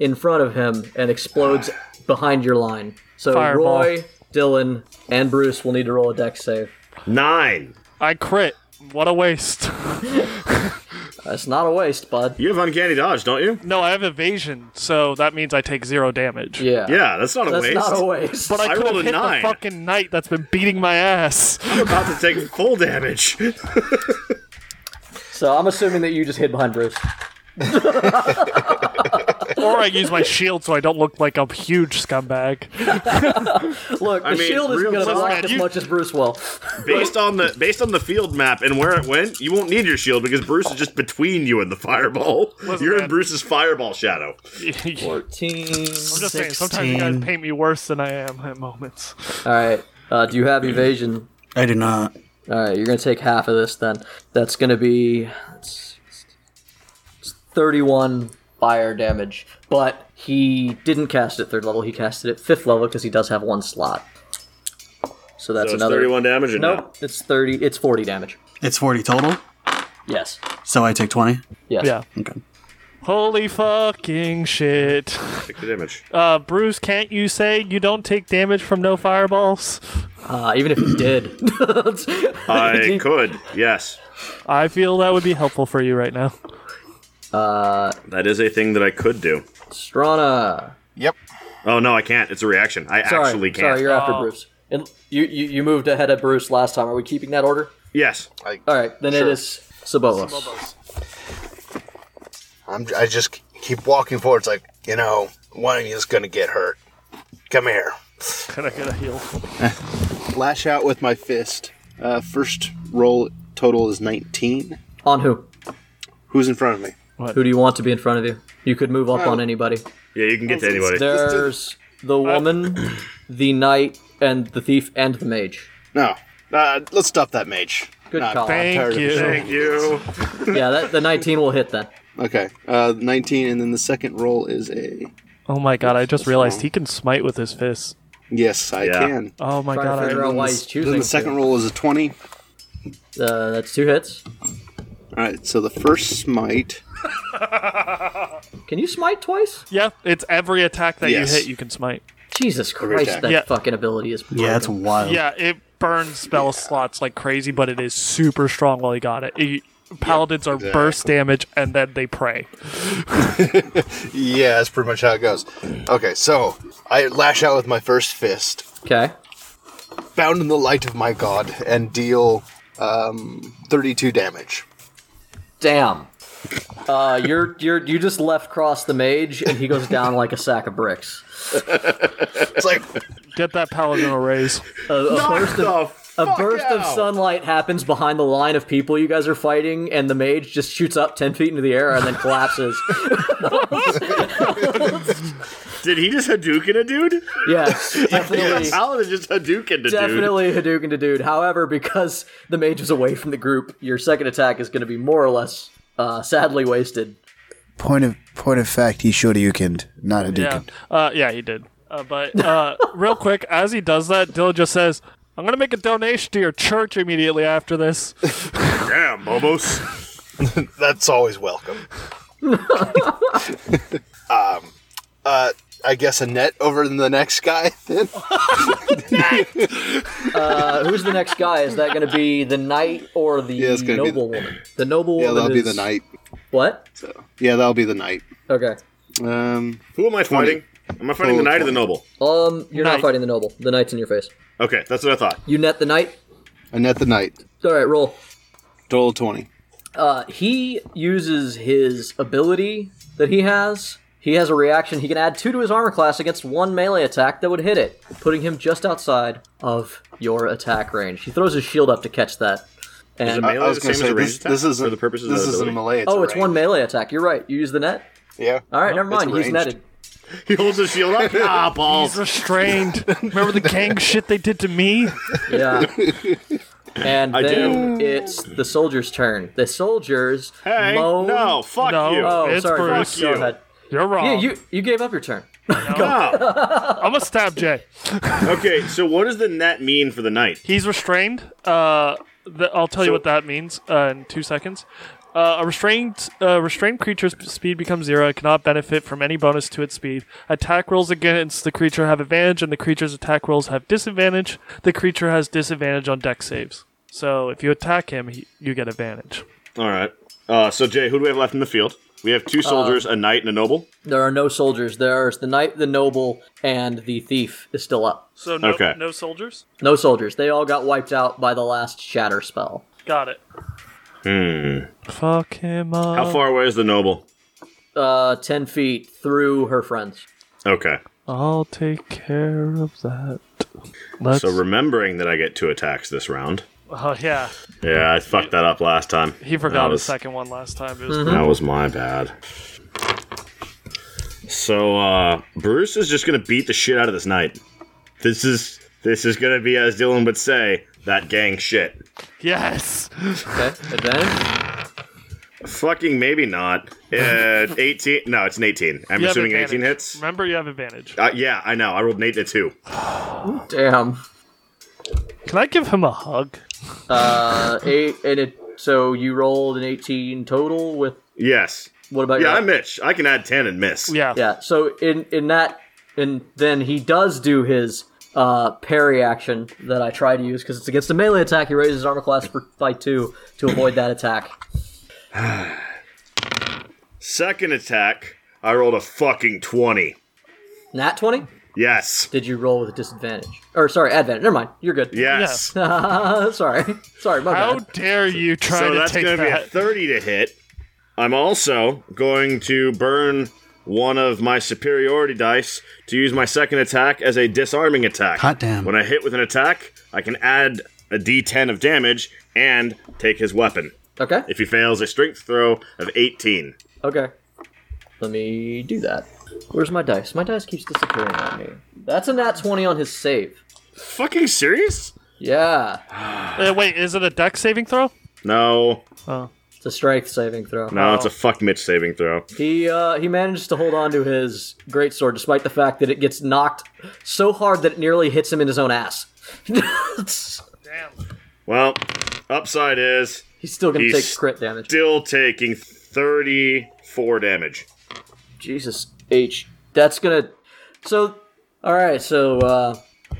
C: in front of him, and explodes behind your line. So
B: Fireball.
C: Roy, Dylan, and Bruce will need to roll a dex save.
D: Nine.
B: I crit. What a waste.
C: That's not a waste, bud.
D: You have uncanny dodge, don't you?
B: No, I have evasion, so that means I take zero damage.
C: Yeah.
D: Yeah, that's not a
C: That's
D: waste.
C: not a waste.
B: But I,
D: I
B: could
D: rolled
B: have
D: a
B: hit
D: nine.
B: the fucking knight that's been beating my ass.
D: I'm about to take full damage.
C: so I'm assuming that you just hid behind Bruce.
B: or I use my shield so I don't look like a huge scumbag.
C: Look, the
D: I mean,
C: shield isn't
D: real
C: going to
D: talk,
C: block
B: man,
C: as
B: you-
C: much as Bruce will.
D: based on the based on the field map and where it went, you won't need your shield because Bruce is just between you and the fireball. You're in
B: bad.
D: Bruce's fireball shadow.
B: I'm
C: 14.
B: just saying, sometimes you guys
F: 16.
B: paint me worse than I am at moments.
C: All right. Uh, do you have evasion?
F: I do not.
C: All right, you're going to take half of this then. That's going to be it's- it's 31 fire damage. But he didn't cast it third level. He casted it fifth level because he does have one slot. So that's
D: So it's
C: another.
D: 31 damage or
C: Nope, it's 30. It's 40 damage.
F: It's 40 total,
C: Yes.
F: so I take 20.
C: Yes.
B: Yeah.
F: Okay.
B: Holy fucking shit.
D: no? Take the damage.
B: Uh, Bruce, can't you say you don't take damage from no fireballs?
C: Uh, even if you did.
D: I could. Yes.
B: I feel that would be helpful for you right now.
D: That is a thing that I could do.
C: Uh, Strana.
E: Yep.
D: Oh no, I can't. It's a reaction. I
C: Sorry,
D: actually can't.
C: sorry, you're after
B: Oh.
C: Bruce. And you, you you moved ahead of Bruce last time. Are we keeping that order?
D: yes.
E: I,
C: All right, then it
E: Sure.
C: is Sabolos.
E: I'm, I just keep walking forward. It's like, you know, one of you is going to get hurt. Come here.
B: Can I get a heal?
H: Lash out with my fist. Uh, first roll total is 19.
C: On who?
H: Who's in front of me?
C: Who do you want to be in front of you? You could move up on anybody.
D: Yeah, you can get to anybody.
C: There's the woman, the knight, and the thief, and the mage.
H: No. Uh, let's stop that mage.
C: Good
H: Nah,
C: call.
H: I'm tired
B: Thank
H: of
B: you.
D: Thank you.
C: Yeah, that, the 19 will hit then.
H: Okay. Uh, 19, and then the second roll is a.
B: Oh my god, I just realized he can smite with his fists.
H: Yes, I
D: Yeah.
H: can.
B: Oh my
C: Trying to
B: god,
C: figure
B: I,
C: out why he's choosing.
H: Then
C: to.
H: the second roll is a 20.
C: Uh, that's two hits.
H: All right, so the first smite.
C: Can you smite twice?
B: yeah, it's every attack that
H: Yes.
B: you hit you can smite.
C: Jesus Christ,
H: attack.
C: that
B: Yeah.
C: fucking ability is.
F: Yeah, that's wild.
B: Yeah, it burns spell slots like crazy, but it is super strong while you got it. You- paladins are burst damage and then they pray.
E: Yeah, that's pretty much how it goes. Okay, so I lash out with my first fist,
C: Okay.
E: bound in the light of my god, and deal um, 32 damage.
C: Damn. Uh, you're you're you just left cross the mage and he goes down like a sack of bricks.
E: It's like,
B: Get that paladin a raise.
C: A, a burst of
D: The
C: a
D: fuck
C: burst of
D: out.
C: sunlight happens behind the line of people you guys are fighting, and the mage just shoots up ten feet into the air and then collapses.
D: Did he just Hadouken a dude?
C: yes, definitely,
D: Paladin just Hadouken a dude.
C: definitely Hadouken to dude. However, because the mage is away from the group, your second attack is going to be more or less uh, sadly wasted.
A: Point of point of fact, he shoryukened, not
B: Yeah,
A: hadouken.
B: uh, yeah, he did. Uh, but uh, real quick, as he does that, Dylan just says, "I'm gonna make a donation to your church immediately after this."
D: Damn, Bobos.
E: that's always welcome. um, uh, I guess a net over than the next guy, then?
C: Uh, who's the next guy? Is that going to be the knight or the
H: it's gonna be
C: noble woman? The noble
H: Yeah,
C: woman.
H: that'll be
C: is-
H: the knight.
C: What?
H: So yeah, that'll be the knight.
C: Okay.
H: Um,
D: Who am I fighting? Am I fighting the
H: Total
D: knight or the noble?
C: Um, you're
B: Knight.
C: not fighting the noble. The knight's in your face.
D: Okay, that's what I thought.
C: You net the knight.
H: Annette the knight.
C: All right, roll.
H: Total 20.
C: Uh, he uses his ability that he has. He has a reaction. He can add two to his armor class against one melee attack that would hit it, putting him just outside of your attack range. He throws his shield up to catch that. And
D: Melee
H: I, I was
D: the
H: going to
D: same
H: say,
D: as a range
H: this,
D: attack
H: this is
D: for the purposes of
H: this
D: that
H: is a
D: ability?
H: melee.
C: oh, it's one
H: range.
C: melee attack. You're right. You use the net.
H: Yeah.
C: All right, never mind. He's
H: ranged.
C: netted.
D: He holds his shield up. Ah,
B: He's
D: balls.
B: restrained. Remember the gang shit they did to me?
C: Yeah. And
D: I
C: then it's the soldier's turn. The soldiers
D: Hey,
C: moan.
D: no, fuck
B: No.
D: you.
C: Oh,
B: It's
C: sorry,
B: Bruce.
C: Bruce. Go
D: You.
C: ahead.
B: You're wrong.
C: Yeah, you you gave up your turn.
D: No.
B: I'm gonna stab Jay.
D: okay, so what does the net mean for the night?
B: He's restrained. Uh, th- I'll tell you what that means uh, in two seconds. Uh, a restrained uh, restrained creature's speed becomes zero. It cannot benefit from any bonus to its speed. Attack rolls against the creature have advantage, and the creature's attack rolls have disadvantage. The creature has disadvantage on deck saves. So if you attack him, he- you get advantage.
D: All right. Uh, so Jay, who do we have left in the field? We have two soldiers, a knight, and a noble.
C: There are no soldiers. There's the knight, the noble, and the thief is still up.
B: So no,
D: Okay.
B: no soldiers.
C: No soldiers. They all got wiped out by the last shatter spell.
B: Got it. Hmm. Fuck him up.
D: How far away is the noble?
C: Uh, ten feet through her friends.
D: Okay.
B: I'll take care of that. Let's.
D: So remembering that I get two attacks this round.
B: oh yeah,
D: Yeah, I fucked that up last time.
B: he forgot
D: That
B: his
D: was,
B: second one last time. It was
D: That was my bad. So uh Bruce is just gonna beat the shit out of this knight. This is this is gonna be as Dylan would say, that gang shit.
B: yes.
C: Okay, advantage.
D: Fucking maybe not. Uh, 18. No, it's an 18. I'm
B: You have
D: assuming
B: advantage.
D: 18 hits.
B: Remember, you have advantage.
D: Uh, yeah, I know. I rolled an 8 and a 2.
C: Damn.
B: Can I give him a hug?
C: Uh, eight and it. So you rolled an eighteen total. With
D: Yes.
C: what about
D: Yeah,
C: your?
D: I Mitch. I can add 10 and miss.
B: Yeah.
C: Yeah. So in in that, and then he does do his uh, parry action that I try to use because it's against a melee attack. He raises his armor class for, by two to avoid that attack.
D: Second attack, I rolled a fucking 20.
C: Nat twenty.
D: Yes.
C: Did you roll with a disadvantage? Or sorry, advantage. Never mind. You're good.
D: Yes.
C: sorry. Sorry. My
B: How
C: bad.
B: dare you try
D: So
B: to
D: that's
B: take
D: going to be a
B: that?
D: 30 to hit. I'm also going to burn one of my superiority dice to use my second attack as a disarming attack.
F: Hot damn.
D: When I hit with an attack, I can add a d10 of damage and take his weapon.
C: Okay.
D: If he fails a strength throw of 18.
C: Okay. Let me do that. Where's my dice? My dice keeps disappearing on me. That's a nat 20 on his save.
D: Fucking serious?
C: Yeah.
B: Uh, wait, is it a deck saving throw?
D: No.
C: It's a strength saving throw.
D: No,
B: Oh.
D: it's a fuck Mitch saving throw.
C: He uh, he manages to hold on to his greatsword despite the fact that it gets knocked so hard that it nearly hits him in his own ass.
D: Well, upside is
C: He's still gonna
D: He's
C: take crit damage.
D: still taking 34 damage.
C: Jesus H. That's gonna. So, all right. So uh,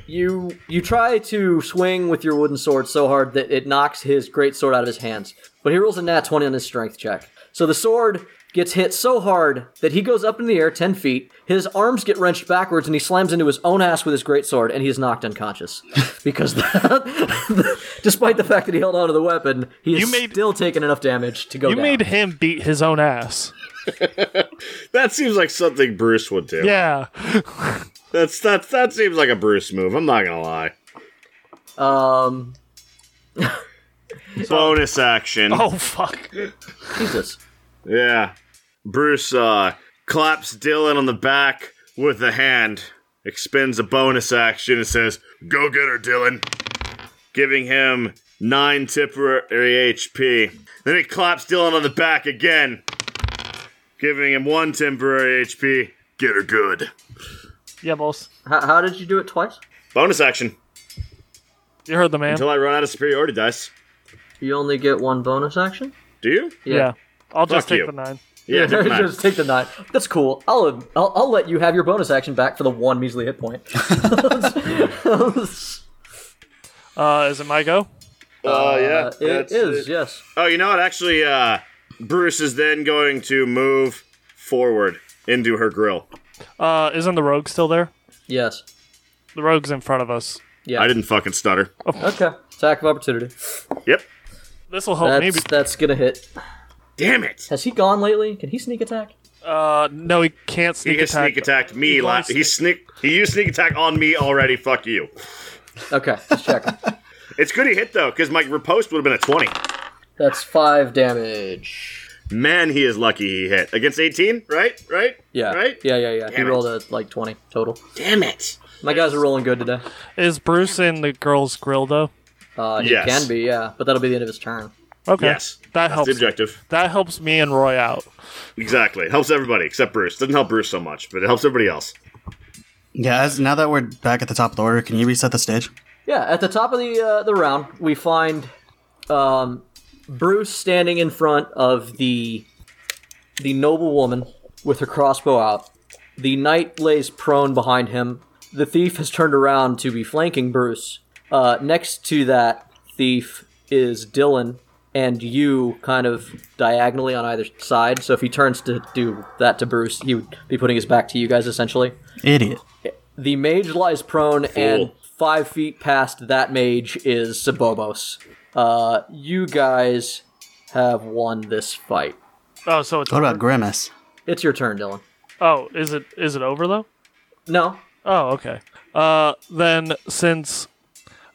C: you you try to swing with your wooden sword so hard that it knocks his great sword out of his hands. But he rolls a nat twenty on his strength check. So the sword gets hit so hard that he goes up in the air ten feet. His arms get wrenched backwards, and he slams into his own ass with his great sword, and he is knocked unconscious. because that, despite the fact that he held onto the weapon, he is
B: You made-
C: still taking enough damage to go.
B: You
C: down.
B: made him beat his own ass.
D: That seems like something Bruce would do.
B: Yeah.
D: That's that that seems like a Bruce move. I'm not going to lie.
C: um
D: Bonus action.
B: Oh fuck.
C: Jesus.
D: Yeah. Bruce uh claps Dylan on the back with a hand, expends a bonus action and says, "Go get her, Dylan." Giving him 9 temporary HP. Then he claps Dylan on the back again, giving him 1 temporary HP. Get her good.
B: Yeah, boss.
C: How, how did you do it twice?
D: Bonus action.
B: You heard the man.
D: Until I run out of superiority dice.
C: You only get one bonus action?
D: Do you?
B: yeah. I'll just
D: Fuck
B: take
D: you.
B: the nine.
D: Yeah, it doesn't matter.
C: Just take the nine. That's cool. I'll, I'll I'll let you have your bonus action back for the one measly hit point.
B: Uh, is it my go?
D: Uh, yeah.
C: Uh, it
D: that's
C: is,
D: it.
C: yes.
D: Oh, you know what? Actually, uh, Bruce is then going to move forward into her grill.
B: Uh, isn't the rogue still there?
C: Yes.
B: The rogue's in front of us.
C: Yeah.
D: I didn't fucking stutter.
C: Okay. Attack of opportunity.
D: Yep.
B: This
D: Oh,
B: will help
C: That's
B: me. be-
C: that's gonna hit.
D: Damn it.
C: Has he gone lately? Can he sneak attack?
B: Uh, no, he can't
D: He
B: sneak
D: just
B: attack.
D: sneak attacked me.
B: He
D: La-
B: blind
D: he sneak. He used sneak attack on me already. Fuck you.
C: Okay, just checking.
D: It's good he hit though, because my repost would have been a twenty.
C: that's five damage.
D: Man, he is lucky he hit against eighteen. Right. Right.
C: Yeah.
D: Right.
C: Yeah, yeah, yeah. he
D: Damn it.
C: rolled a like twenty total.
D: Damn it.
C: My guys are rolling good today.
B: Is Bruce in the girl's grill though?
C: Uh, he
D: Yes.
C: can be, yeah, but that'll be the end of his turn.
B: Okay,
D: Yes.
B: that
D: That's the
B: helps.
D: objective.
B: That helps me and Roy out.
D: Exactly. Helps everybody except Bruce. Doesn't help Bruce so much, but it helps everybody else.
F: Yeah, as, now that we're back at the top of the order, can you reset the stage?
C: Yeah, at the top of the uh, the round, we find um, Bruce standing in front of the the noble woman with her crossbow out. The knight lays prone behind him. The thief has turned around to be flanking Bruce. Uh, next to that thief is Dylan and you kind of diagonally on either side. So if he turns to do that to Bruce, he would be putting his back to you guys essentially.
F: Idiot.
C: The mage lies prone, and five feet past that mage is Sabobos. Uh, you guys have won this fight.
B: Oh, so it's
F: What about Grimace?
C: It's your turn, Dylan.
B: oh, is it is it over though?
C: No,
B: Oh, okay. Uh, then since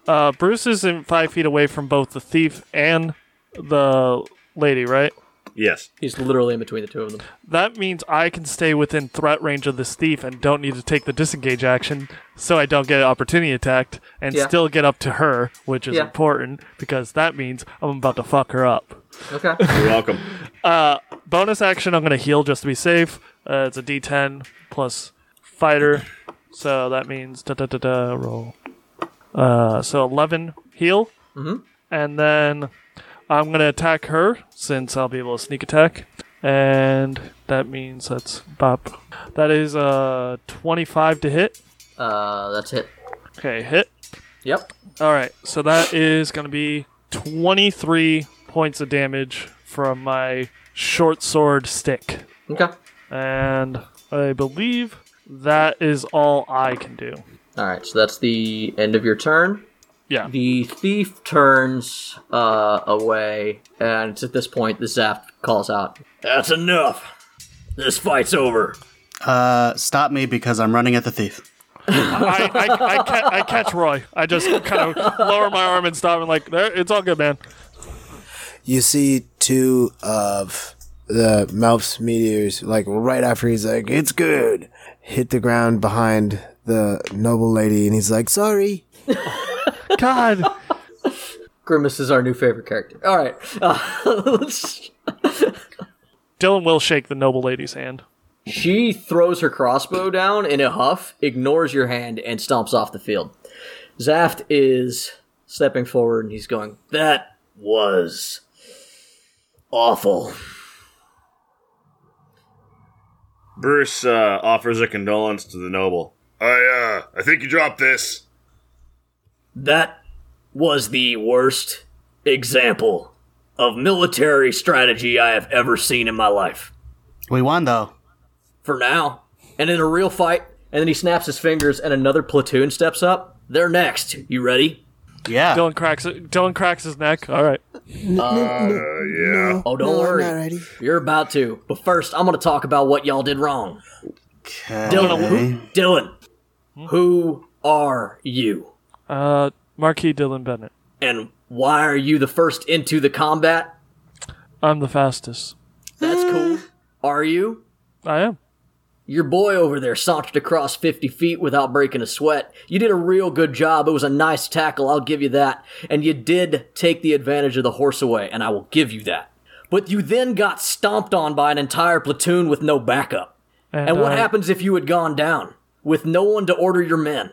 B: uh, Bruce is in five feet away from both the thief and the lady, right?
D: Yes.
C: he's literally in between the two of them.
B: That means I can stay within threat range of this thief and don't need to take the disengage action, so I don't get opportunity attacked and
C: Yeah.
B: still get up to her, which is
C: Yeah.
B: important because that means I'm about to fuck her up.
C: Okay.
D: You're welcome.
B: Bonus action, I'm gonna heal just to be safe. Uh, it's a D10 plus fighter, so that means da da da da roll. Uh, so 11 heal, mm-hmm. and then I'm gonna attack her since I'll be able to sneak attack, and that means that's bop. That is uh 25 to hit.
C: uh, that's it.
B: Okay, hit.
C: Yep.
B: All right, so that is gonna be 23 points of damage from my short sword stick.
C: Okay.
B: And I believe that is all I can do.
C: All right. So that's the end of your turn.
B: Yeah.
C: The thief turns uh, away, and it's at this point the Zaft calls out, "That's enough. This fight's over."
F: Uh, stop me because I'm running at the thief.
B: I, I, I, ca- I catch Roy. I just kind of lower my arm and stop and like, there, it's all good, man.
A: You see two of the Melf's meteors, like right after he's like, it's good, hit the ground behind the noble lady, and he's like, sorry.
B: God.
C: Grimace is our new favorite character. All right. Uh,
B: Dylan will shake the noble lady's hand.
C: she throws her crossbow down in a huff, ignores your hand, and stomps off the field. Zaft is stepping forward and he's going, That was awful.
D: Bruce uh, offers a condolence to the noble. I uh, I think you dropped this.
C: That was the worst example of military strategy I have ever seen in my life.
F: We won though.
C: for now. And in a real fight, and then he snaps his fingers, and another platoon steps up. They're next. You ready?
F: Yeah.
B: Dylan cracks it. Dylan cracks his neck. All right.
C: Oh, don't
A: No, I'm
C: worry.
A: not ready.
C: You're about to. But first, I'm going to talk about what y'all did wrong. Dylan,
F: Okay.
C: who, Dylan, who are you?
B: Uh, Marquis Dylan Bennett.
C: And why are you the first into the combat?
B: I'm the fastest.
C: That's
A: Uh.
C: cool. Are you?
B: I am.
C: Your boy over there sauntered across 50 feet without breaking a sweat. You did a real good job. It was a nice tackle, I'll give you that. And you did take the advantage of the horse away, and I will give you that. But you then got stomped on by an entire platoon with no backup.
B: And, uh,
C: And what
B: I-
C: happens if you had gone down with no one to order your men?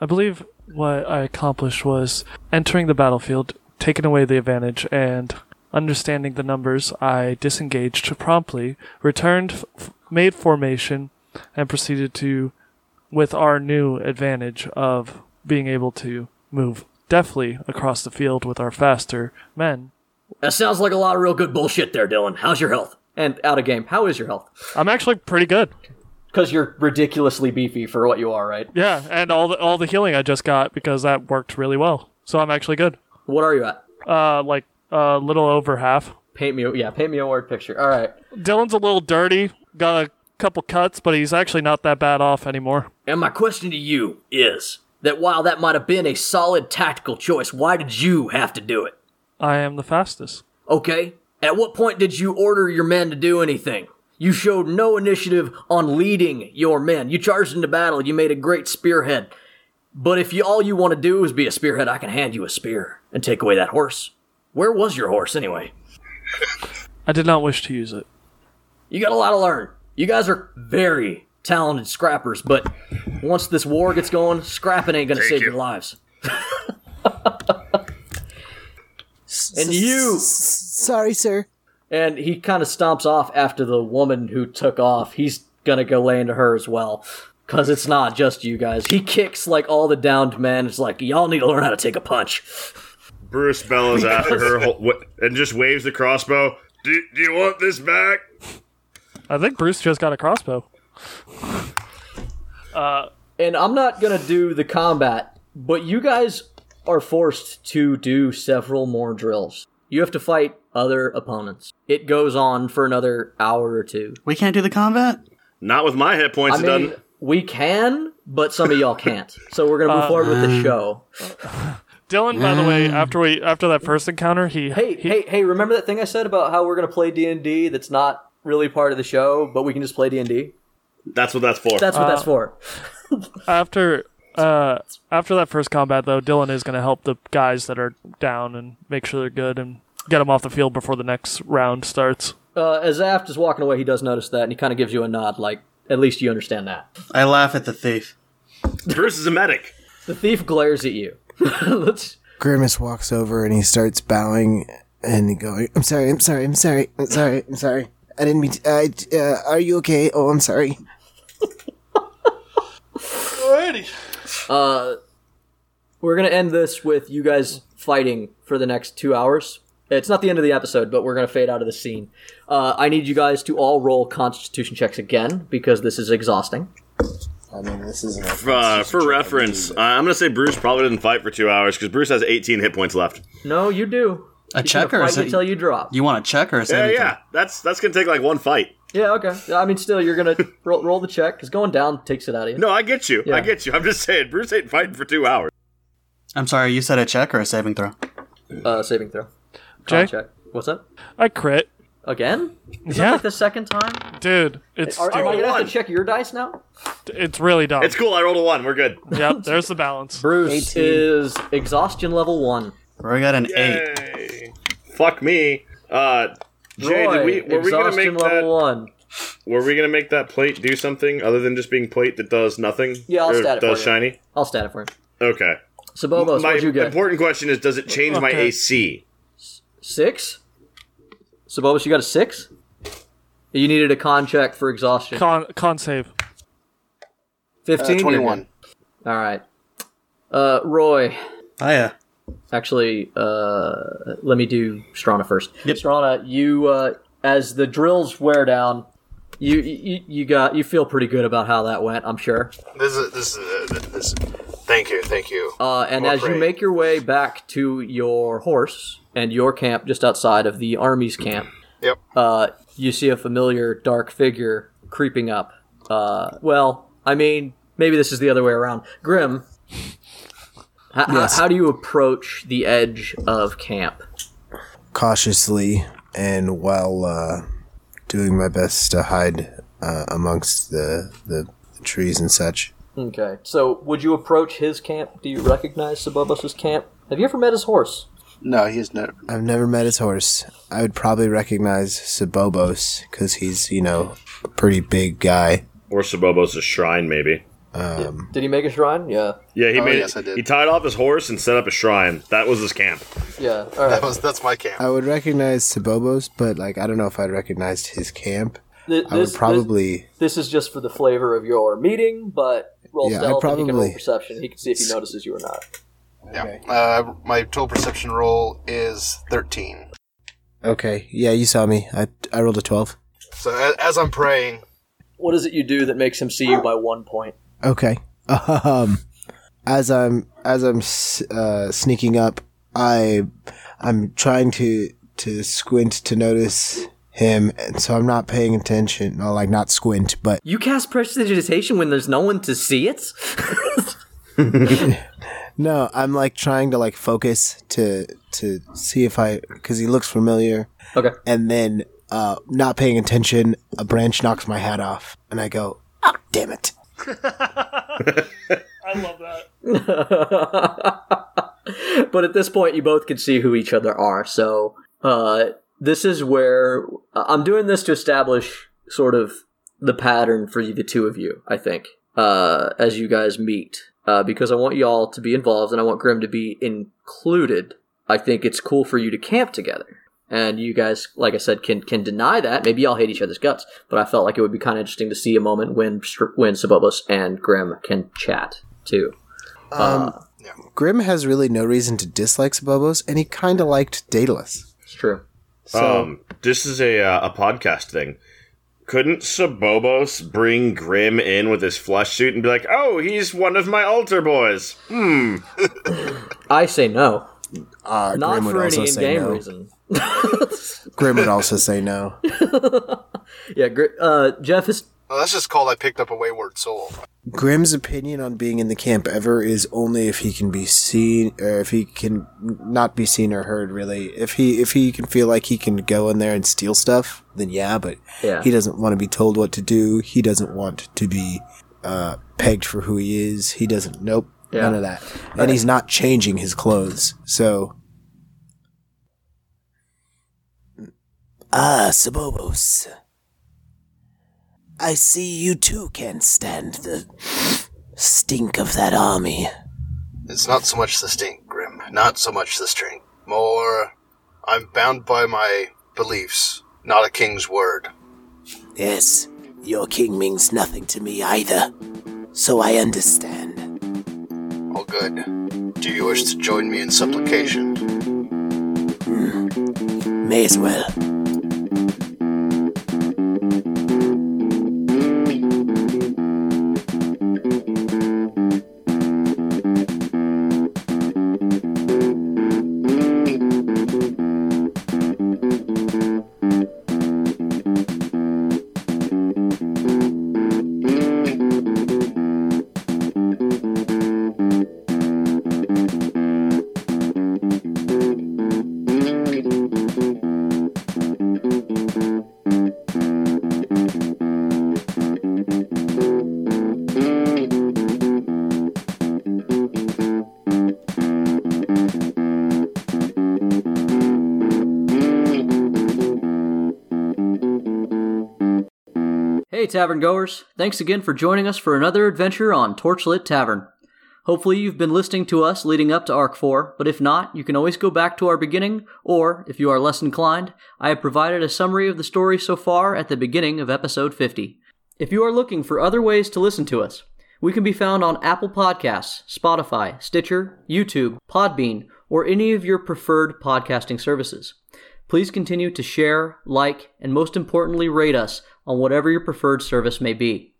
B: I believe what I accomplished was entering the battlefield, taking away the advantage, and understanding the numbers, I disengaged promptly, returned, f- f- made formation, and proceeded to, with our new advantage of being able to move deftly across the field with our faster men.
C: That sounds like a lot of real good bullshit there, Dylan. How's your health? And out of game, how is your health?
B: I'm actually pretty good.
C: because you're ridiculously beefy for what you are, right?
B: Yeah, and all the all the healing I just got because that worked really well. So I'm actually good.
C: What are you at?
B: Uh, like a little over half.
C: Paint me, yeah, paint me a word picture. All right.
B: Dylan's a little dirty. Got a couple cuts, but he's actually not that bad off anymore.
C: And my question to you is that while that might have been a solid tactical choice, why did you have to do it?
B: I am the fastest.
C: Okay. At what point did you order your men to do anything? You showed no initiative on leading your men. You charged into battle. You made a great spearhead. But if you, all you want to do is be a spearhead, I can hand you a spear and take away that horse. Where was your horse anyway?
B: I did not wish to use it.
C: You got a lot to learn. You guys are very talented scrappers, but once this war gets going, scrapping ain't gonna save
D: you.
C: your lives. and you
A: Sorry, sir.
C: and he kind of stomps off after the woman who took off. He's gonna go lay into her as well. Cause it's not just you guys. He kicks like all the downed men. It's like y'all need to learn how to take a punch.
D: Bruce bellows after her whole, wa- and just waves the crossbow. Do, do you want this back?
B: I think Bruce just got a crossbow.
C: and I'm not gonna do the combat, but you guys are forced to do several more drills. You have to fight other opponents. It goes on for another hour or two.
F: We can't do the combat?
D: Not with my hit points.
C: I
D: it
C: mean,
D: doesn't.
C: we can, but some of y'all can't. So we're gonna move forward with the show.
B: Dylan, by the way, after we after that first encounter, he
C: Hey, hey, hey! Remember that thing I said about how we're gonna play D and D? That's not really part of the show, but we can just play D and D.
D: That's what that's for.
C: That's what that's for.
B: after uh after that first combat though, Dylan is going to help the guys that are down and make sure they're good and get them off the field before the next round starts.
C: Uh, as Aft is walking away, he does notice that, and he kind of gives you a nod, like at least you understand that.
F: I laugh at the thief.
D: Bruce is a medic.
C: The thief glares at you. Let's
I: Grimace walks over and he starts bowing and going, "I'm sorry, I'm sorry, I'm sorry, I'm sorry, I'm sorry. I didn't mean. To, I, uh, are you okay? Oh, I'm sorry.
C: We're gonna end this with you guys fighting for the next two hours. It's not the end of the episode, but we're gonna fade out of the scene. Uh, I need you guys to all roll Constitution checks again because this is exhausting.
G: I mean, this isn't. a-
D: Uh, for reference, uh, I'm gonna say Bruce probably didn't fight for two hours because Bruce has 18 hit points left.
C: No, you do.
F: A check or is it-
C: until you drop.
F: You want a check or is
D: Yeah,
F: anything?
D: yeah. That's that's gonna take like one fight.
C: yeah, okay. I mean, still, you're gonna roll, roll the check because going down takes it out of you.
D: No, I get you.
C: Yeah.
D: I get you. I'm just saying Bruce ain't fighting for two hours.
F: I'm sorry, you said a check or a saving throw?
C: Uh, saving throw.
B: Jay?
C: Con check. What's up?
B: I crit.
C: Again? Is that
B: Yeah.
C: like the second time?
B: Dude, it's
C: Are, am I
D: Roll
C: gonna have
D: one.
C: to check your dice now?
B: it's really dumb.
D: It's cool. I rolled a one. We're good.
B: Yep, there's the balance.
C: Bruce
G: 18.
C: is exhaustion level one.
F: Roy got an eight.
D: Yay. Fuck me. Uh, Jay,
C: Roy,
D: did we, were we gonna
C: exhaustion
D: make
C: level
D: that?
C: one.
D: Were we gonna make that plate do something other than just being plate that does nothing?
C: Yeah, I'll
D: Or
C: stat it
D: Does
C: for you.
D: shiny?
C: I'll stat it for him.
D: Okay.
C: So Bobos,
D: my
C: what'd you get?
D: important question is, does it change my
B: Okay.
D: AC?
C: Six? So, Bobus, you got a six? You needed a con check for exhaustion.
B: Con con save.
C: 15?
E: Uh, 21.
C: All right. Uh, Roy,
F: Oh, yeah.
C: actually, uh, let me do Strana first. Strana, you, uh, as the drills wear down, you, you you got you feel pretty good about how that went, I'm sure.
E: This is this is uh, this. Thank you, thank you.
C: Uh, and as you
E: great.
C: make your way back to your horse and your camp just outside of the army's camp,
E: Yep.
C: uh, you see a familiar dark figure creeping up. Uh, well, I mean, maybe this is the other way around. Grim, h- h- how do you approach the edge of camp?
I: Cautiously and while uh, doing my best to hide uh, amongst the, the trees and such.
C: Okay, so would you approach his camp? Do you recognize Subobos's camp? Have you ever met his horse?
H: No, he's not.
I: I've never met his horse. I would probably recognize Sibobos because he's, you know, a pretty big guy.
D: Or Sabobo's shrine, maybe.
C: Did he make a shrine? Yeah,
D: Yeah, he
E: Oh,
D: made.
E: yes, I did.
D: He tied off his horse and set up a shrine. That was his camp.
C: yeah. All right.
E: That was that's my camp.
I: I would recognize Sibobos, but, like, I don't know if I'd recognize his camp.
C: Th-
I: I would probably.
C: This, is just for the flavor of your meeting, but roll
I: Yeah, I
C: stealth and he can roll
I: probably-
C: perception. He can see if he notices you or not.
E: Yeah. Uh, my total perception roll is 13.
I: Okay, yeah, you saw me. I, I rolled a 12.
E: So a- as I'm praying,
C: What is it you do that makes him see you by one point?
I: Okay. Um, as I'm as I'm s- uh, sneaking up, I I'm trying to to squint to notice him, and so I'm not paying attention. Well, like not squint, but
C: You cast prestidigitation when there's no one to see it?
I: no, I'm like trying to like focus to to see if I because he looks familiar,
C: okay.
I: and then uh, not paying attention, a branch knocks my hat off, and I go, oh damn it.
B: I love that.
C: but at this point, you both can see who each other are. So uh, this is where uh, I'm doing this to establish sort of the pattern for you, the two of you. I think uh, as you guys meet, uh, because I want y'all to be involved and I want Grim to be included. I think it's cool for you to camp together. And you guys, like I said, can can deny that. Maybe y'all hate each other's guts, but I felt like it would be kind of interesting to see a moment when Str- when Sabobos and Grim can chat too.
I: Um,
C: Uh,
I: Grim has really no reason to dislike Sabobos, and he kind of liked Daedalus.
C: it's true.
I: So
D: um, this is a uh, a podcast thing. Couldn't Sabobos bring Grim in with his flesh suit and be like, "Oh, he's one of my altar boys." Hmm.
C: I say no.
I: uh,
C: Not
I: Grim would
C: for
I: also
C: any
I: say
C: in-game
I: no.
C: reason.
I: Grim would also say no.
C: Yeah, gr- uh, Jeff is.
E: Well, that's just called I picked up a wayward soul.
I: Grim's opinion on being in the camp ever is only if he can be seen, or if he can not be seen or heard. Really, if he if he can feel like he can go in there and steal stuff, then yeah. But
C: Yeah.
I: he doesn't want to be told what to do. He doesn't want to be uh, pegged for who he is. He doesn't. Nope.
C: Yeah.
I: None of that. And he's not changing his clothes. So. Ah, Sabobos. I see you too can't stand the stink of that army.
E: It's not so much the stink, Grim. Not so much the stink. More, I'm bound by my beliefs, not a king's word.
I: Yes, your king means nothing to me either, so I understand.
E: All good. Do you wish to join me in supplication?
I: May as well.
C: Hey, tavern goers! Thanks again for joining us for another adventure on Torchlit Tavern. Hopefully, you've been listening to us leading up to Arc 4, but if not, you can always go back to our beginning, or, if you are less inclined, I have provided a summary of the story so far at the beginning of episode 50. If you are looking for other ways to listen to us, we can be found on Apple Podcasts, Spotify, Stitcher, YouTube, Podbean, or any of your preferred podcasting services. Please continue to share, like, and most importantly, rate us on whatever your preferred service may be.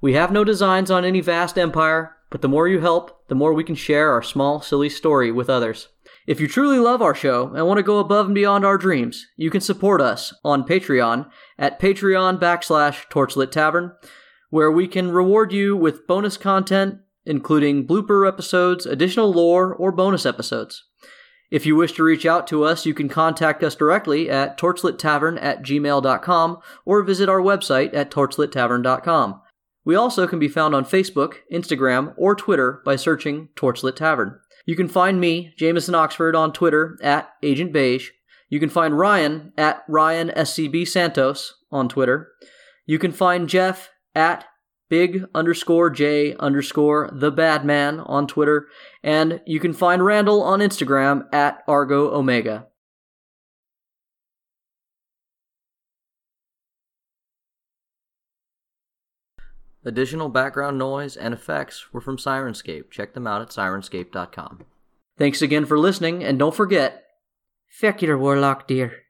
C: We have no designs on any vast empire, but the more you help, the more we can share our small, silly story with others. If you truly love our show and want to go above and beyond our dreams, you can support us on Patreon at patreon backslash torchlit tavern, where we can reward you with bonus content, including blooper episodes, additional lore, or bonus episodes. If you wish to reach out to us, you can contact us directly at torchlittavern at gmail.com or visit our website at torchlittavern.com. We also can be found on Facebook, Instagram, or Twitter by searching Torchlit Tavern. You can find me, Jameson Oxford, on Twitter at Agent Beige. You can find Ryan at Ryan SCB Santos on Twitter. You can find Jeff at big underscore J underscore the bad man on Twitter, and you can find Randall on Instagram at Argo Omega. Additional background noise and effects were from Sirenscape. Check them out at sirenscape.com. Thanks again for listening, and don't forget, feck your warlock, dear.